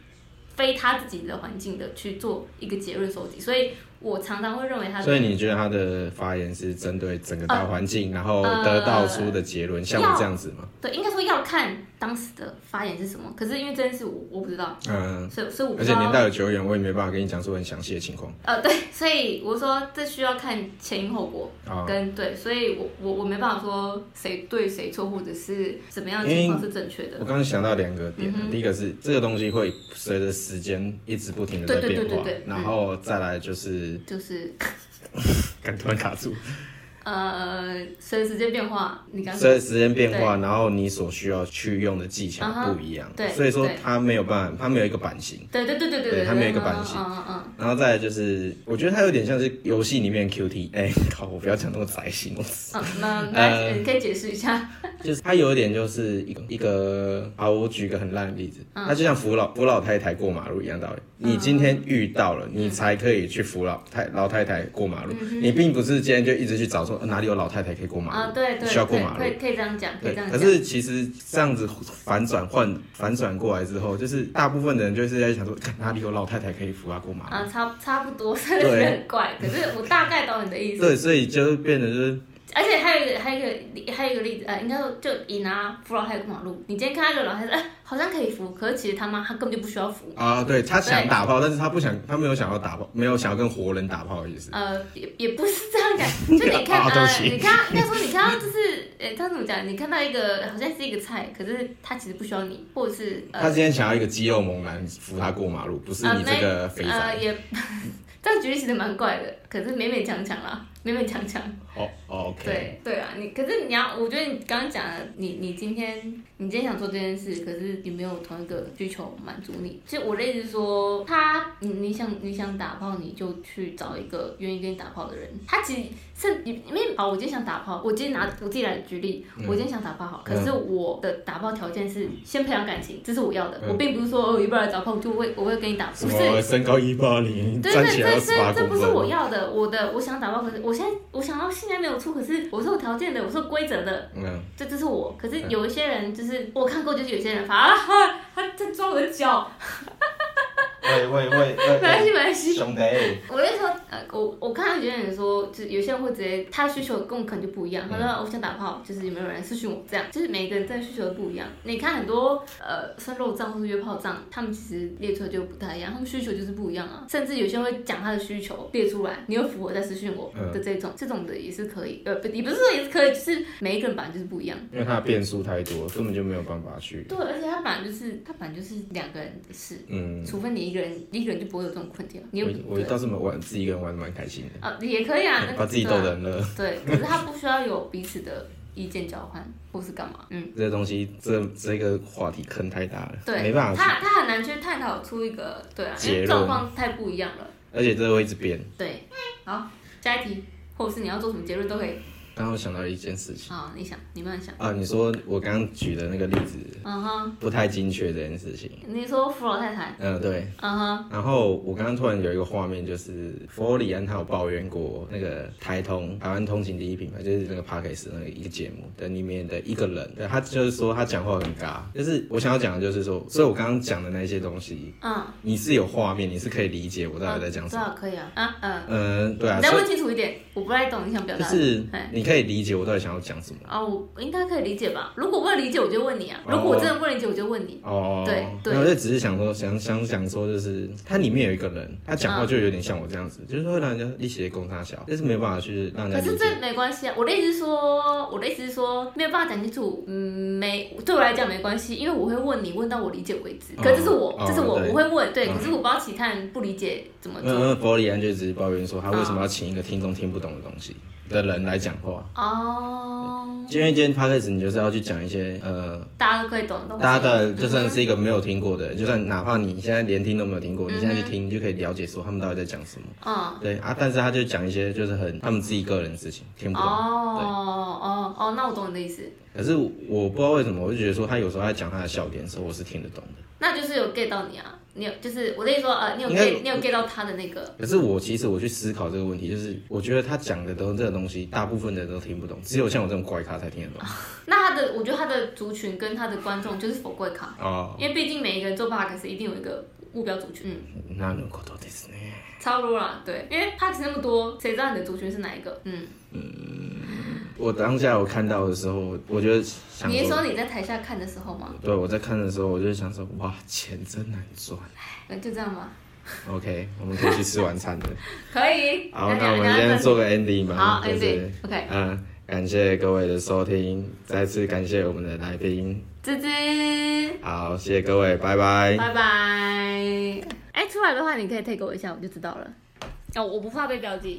Speaker 1: 非他自己的环境的去做一个结论收集，所以我常常会认为他
Speaker 2: 所以你觉得他的发言是针对整个大环
Speaker 1: 呃
Speaker 2: 境，然后得到出的结论，像我这样子吗？
Speaker 1: 对，应该说要看当时的发言是什么。可是因为这件事我我不知道，
Speaker 2: 嗯，
Speaker 1: 所以所以我不
Speaker 2: 而
Speaker 1: 知
Speaker 2: 且
Speaker 1: 道。
Speaker 2: 年代有久远，我也没办法跟你讲出很详细的情况
Speaker 1: 呃，对，所以我说这需要看前因后果
Speaker 2: 啊。
Speaker 1: 跟对，所以我我我没办法说谁对谁错，或者是怎么样的
Speaker 2: 因为
Speaker 1: 情况是正确的
Speaker 2: 我。刚刚想到两个
Speaker 1: 嗯
Speaker 2: 点，第一个是这个东西会随着时间一直不停的在
Speaker 1: 对对
Speaker 2: 变
Speaker 1: 对
Speaker 2: 化
Speaker 1: 对对，嗯
Speaker 2: 然后再来就是，
Speaker 1: 就是
Speaker 2: 感突然卡住，
Speaker 1: 呃，随着时间变化，你刚
Speaker 2: 随着时间变化，然后你所需要去用的技巧
Speaker 1: 嗯哼
Speaker 2: 不一样，
Speaker 1: 对
Speaker 2: 所以说
Speaker 1: 对
Speaker 2: 它没有办法，它没有一个版型。
Speaker 1: 对对对对
Speaker 2: 对
Speaker 1: 对，
Speaker 2: 它没有一个版型
Speaker 1: 嗯嗯嗯
Speaker 2: 然后再来就是，我觉得它有点像是游戏里面 QT，哎、 靠，我不要讲那么宅形容词，
Speaker 1: 嗯， 那
Speaker 2: 呃
Speaker 1: 那你可以解释一下，
Speaker 2: 就是它有一点就是一个一个，好，我举一个很烂的例子，
Speaker 1: 嗯
Speaker 2: 它就像扶老扶老太太过马路一样道理，你今天遇到
Speaker 1: 嗯
Speaker 2: 了，你才可以去扶老太老太太过马路，你并不是今天就一直去找说、呃哪里有老太太可以过马
Speaker 1: 啊，
Speaker 2: 路，
Speaker 1: 对对
Speaker 2: 需要过
Speaker 1: 对，
Speaker 2: 马路
Speaker 1: 可以。可以这样讲，可以
Speaker 2: 对
Speaker 1: 这样，
Speaker 2: 可
Speaker 1: 讲。
Speaker 2: 是其实这样子反转换反转过来之后，就是大部分的人就是在想说，看哪里有老太太可以扶她过马路。
Speaker 1: 啊，差差不多，真的是很怪。可是我大概懂你的意思。
Speaker 2: 对，所以就变得就是
Speaker 1: 而且还有一个，还有一个，还有一个例子，呃，应该说就以拿扶老太太过马路，你今天看到一个老太太，哎，好像可以扶，可是其实他妈她根本就不需要扶，
Speaker 2: 啊，对他想打炮，但是他不想，他没有想要打炮，没有想要跟活人打炮的意思。
Speaker 1: 呃，也也不是这样讲，就你看，
Speaker 2: 啊对
Speaker 1: 呃
Speaker 2: 不，起
Speaker 1: 你看到，应该说你看到就是，呃，他怎么讲？你看到一个好像是一个菜，可是他其实不需要你，或者是
Speaker 2: 他
Speaker 1: 呃
Speaker 2: 今天想要一个肌肉猛男扶他过马路，不是
Speaker 1: 呃
Speaker 2: 你这个
Speaker 1: 没
Speaker 2: 肥
Speaker 1: 呃
Speaker 2: 宅。
Speaker 1: 也， 这样举例其实蛮怪的，可是勉勉强强啦，勉勉强强。
Speaker 2: 哦哦，OK，
Speaker 1: 呃对对啊，你可是你要，我觉得你刚刚讲的，你你今天你今天想做这件事，可是你没有同一个需求满足你。所以我的意思是说，他你你想你想打炮，你就去找一个愿意跟你打炮的人。他其实是你因为好，我今天想打炮，我今天拿我自己来举例，
Speaker 2: 嗯
Speaker 1: 我今天想打炮好，可是我的打炮条件是先培养感情，这是我要的。我并不是说哦，一不来找炮我就会我会跟你打，
Speaker 2: 嗯什
Speaker 1: 不是
Speaker 2: 么身高一八零，
Speaker 1: 对
Speaker 2: 站
Speaker 1: 对
Speaker 2: 起来
Speaker 1: 对，
Speaker 2: 二十
Speaker 1: 所以
Speaker 2: 八
Speaker 1: 这
Speaker 2: 公
Speaker 1: 不是我
Speaker 2: 分。
Speaker 1: 要的，我的我想打包，可是我现在我想要现在没有出，可是我是有条件的，我是有规则的，
Speaker 2: 嗯，
Speaker 1: 这这是我。可是有一些人就是我看过，就是有些人反而他他在抓我的脚，
Speaker 2: 喂喂喂
Speaker 1: 没关系没关系。
Speaker 2: 兄弟，
Speaker 1: 我那时候呃，我我看到有些人说，就是有些人会直接他需求跟我可能就不一样，他说、
Speaker 2: 嗯
Speaker 1: 哦我想打炮，就是有没有人私讯我这样，就是每个人真的需求都不一样。你看很多呃，算肉账或是约炮账，他们其实列出来就不太一样，他们需求就是不一样啊。甚至有些人会讲他的需求列出来，你有符合再私讯我
Speaker 2: 嗯
Speaker 1: 的这种，这种的也是可以，呃，不，你不是说也是可以，就是每一个人本来就是不一样。
Speaker 2: 因为他的变数太多，根本就没有办法去。
Speaker 1: 对，而且他本来就是他本来就是两个人的事，
Speaker 2: 嗯，
Speaker 1: 除非你一个人，你一个人就不会有这种困境。你有
Speaker 2: 我我
Speaker 1: 对
Speaker 2: 倒是蛮玩自己一个人玩的蛮开心的，嗯
Speaker 1: 啊，也可以啊，那个
Speaker 2: 把自己
Speaker 1: 对
Speaker 2: 逗
Speaker 1: 啊
Speaker 2: 得很乐。
Speaker 1: 对，可是他不需要有彼此的意见交换，或是干嘛？嗯，
Speaker 2: 这个东西，这这个话题坑太大了，
Speaker 1: 对，
Speaker 2: 没办法去，
Speaker 1: 他他很难去探讨出一个对啊，因
Speaker 2: 结
Speaker 1: 为
Speaker 2: 论
Speaker 1: 状况太不一样了。
Speaker 2: 而且这会一直变。
Speaker 1: 对，好，下一题，或者是你要做什么结论都可以。
Speaker 2: 刚刚我想到一件事情。
Speaker 1: 好，你想，你慢慢想。
Speaker 2: 啊，你说我刚刚举的那个例子
Speaker 1: 嗯哼，
Speaker 2: 不太精确这件事情，
Speaker 1: 你说扶老太太，
Speaker 2: 嗯，对。
Speaker 1: 嗯哼，
Speaker 2: 然后我刚刚突然有一个画面，就是佛罗里安他有抱怨过那个台通台湾通勤第一品牌，就是那个 p a r k e s 那个一个节目的里面的一个人，对他就是说他讲话很尬，就是我想要讲的就是说，所以我刚刚讲的那些东西，
Speaker 1: 嗯，
Speaker 2: 你是有画面，你是可以理解我到底在讲
Speaker 1: 嗯
Speaker 2: 什
Speaker 1: 对
Speaker 2: 么。
Speaker 1: 啊，可以啊，啊嗯，
Speaker 2: 嗯，对啊，
Speaker 1: 你
Speaker 2: 所
Speaker 1: 再
Speaker 2: 以
Speaker 1: 问清楚一点，我不太懂你想表
Speaker 2: 就
Speaker 1: 达。
Speaker 2: 是
Speaker 1: 哎
Speaker 2: 你可以理解我到底想要讲什么。
Speaker 1: 啊，我应该可以理解吧？如果不能理解，我就问你啊；
Speaker 2: 哦
Speaker 1: 如果我真的不能理解，我就问你。
Speaker 2: 哦，
Speaker 1: 对对
Speaker 2: 没有我就只是想说，想想想说，就是它里面有一个人，他讲话就有点像我这样子，就是会让人家一起供他笑，但是没有办法去让
Speaker 1: 可
Speaker 2: 人家
Speaker 1: 是
Speaker 2: 理
Speaker 1: 这
Speaker 2: 解。
Speaker 1: 没关系啊，我的意思是说，我的意思是说，没有办法讲清楚，嗯，没对我来讲没关系，因为我会问你，问到我理解为止。
Speaker 2: 哦
Speaker 1: 可是这是我，
Speaker 2: 哦
Speaker 1: 这是我，
Speaker 2: 对
Speaker 1: 我会问，对，
Speaker 2: 嗯
Speaker 1: 可是我不知道其他人不理解怎么
Speaker 2: 嗯
Speaker 1: 做。
Speaker 2: 嗯，佛里安就只是抱怨说，他为什
Speaker 1: 啊
Speaker 2: 么要请一个听众听不懂的东西的人来讲话？
Speaker 1: 哦，
Speaker 2: 因为今天 p o d c a s 你就是要去讲一些呃，
Speaker 1: 大家都可以懂的东西。
Speaker 2: 大家的就算是一个没有听过的人，就算哪怕你现在连听都没有听过，你现在去听，你就可以了解说他们到底在讲什么。
Speaker 1: 嗯，
Speaker 2: 对啊，但是他就讲一些就是很他们自己个人的事情，听不
Speaker 1: 哦
Speaker 2: 懂。
Speaker 1: 哦哦，那我懂你的意思，
Speaker 2: 可是我不知道为什么，我就觉得说他有时候在讲他的笑点的时候，我是听得懂的。
Speaker 1: 那就是有 get 到你啊，你有就是我的意思说，呃，你有
Speaker 2: 应该嗯
Speaker 1: get 你有 get 到他的那个
Speaker 2: 可是我其实我去思考这个问题，就是我觉得他讲的都这个东西，大部分的人都听不懂，只有像我这种怪咖才听得懂。
Speaker 1: 那他的，我觉得他的族群跟他的观众就是否贵卡，
Speaker 2: 哦，
Speaker 1: 因为毕竟每一个人做 p o d 一定有一个目标族群，嗯，
Speaker 2: 那如果都ですね。
Speaker 1: 差不多啦，对，因为 p o d 那么多，谁知道你的族群是哪一个？嗯，
Speaker 2: 我当下我看到的时候，我觉得想
Speaker 1: 嗯你是
Speaker 2: 说，
Speaker 1: 说你在台下看的时候吗？
Speaker 2: 对我在看的时候，我就想说，哇，钱真难赚。
Speaker 1: 呃就这样吧，
Speaker 2: OK，我们可以去吃晚餐了。
Speaker 1: 可以。
Speaker 2: 好，
Speaker 1: 你要
Speaker 2: 那我们
Speaker 1: 你要
Speaker 2: 今天
Speaker 1: 再
Speaker 2: 做个 ending 吧。
Speaker 1: 好哎
Speaker 2: 就是
Speaker 1: ending，OK
Speaker 2: 嗯，感谢各位的收听，再次感谢我们的来宾。
Speaker 1: 芝芝，
Speaker 2: 好，谢谢各位，拜拜。
Speaker 1: 拜哎拜。哎，出来的话你可以 take 我一下，我就知道了。哦，我不怕被标记。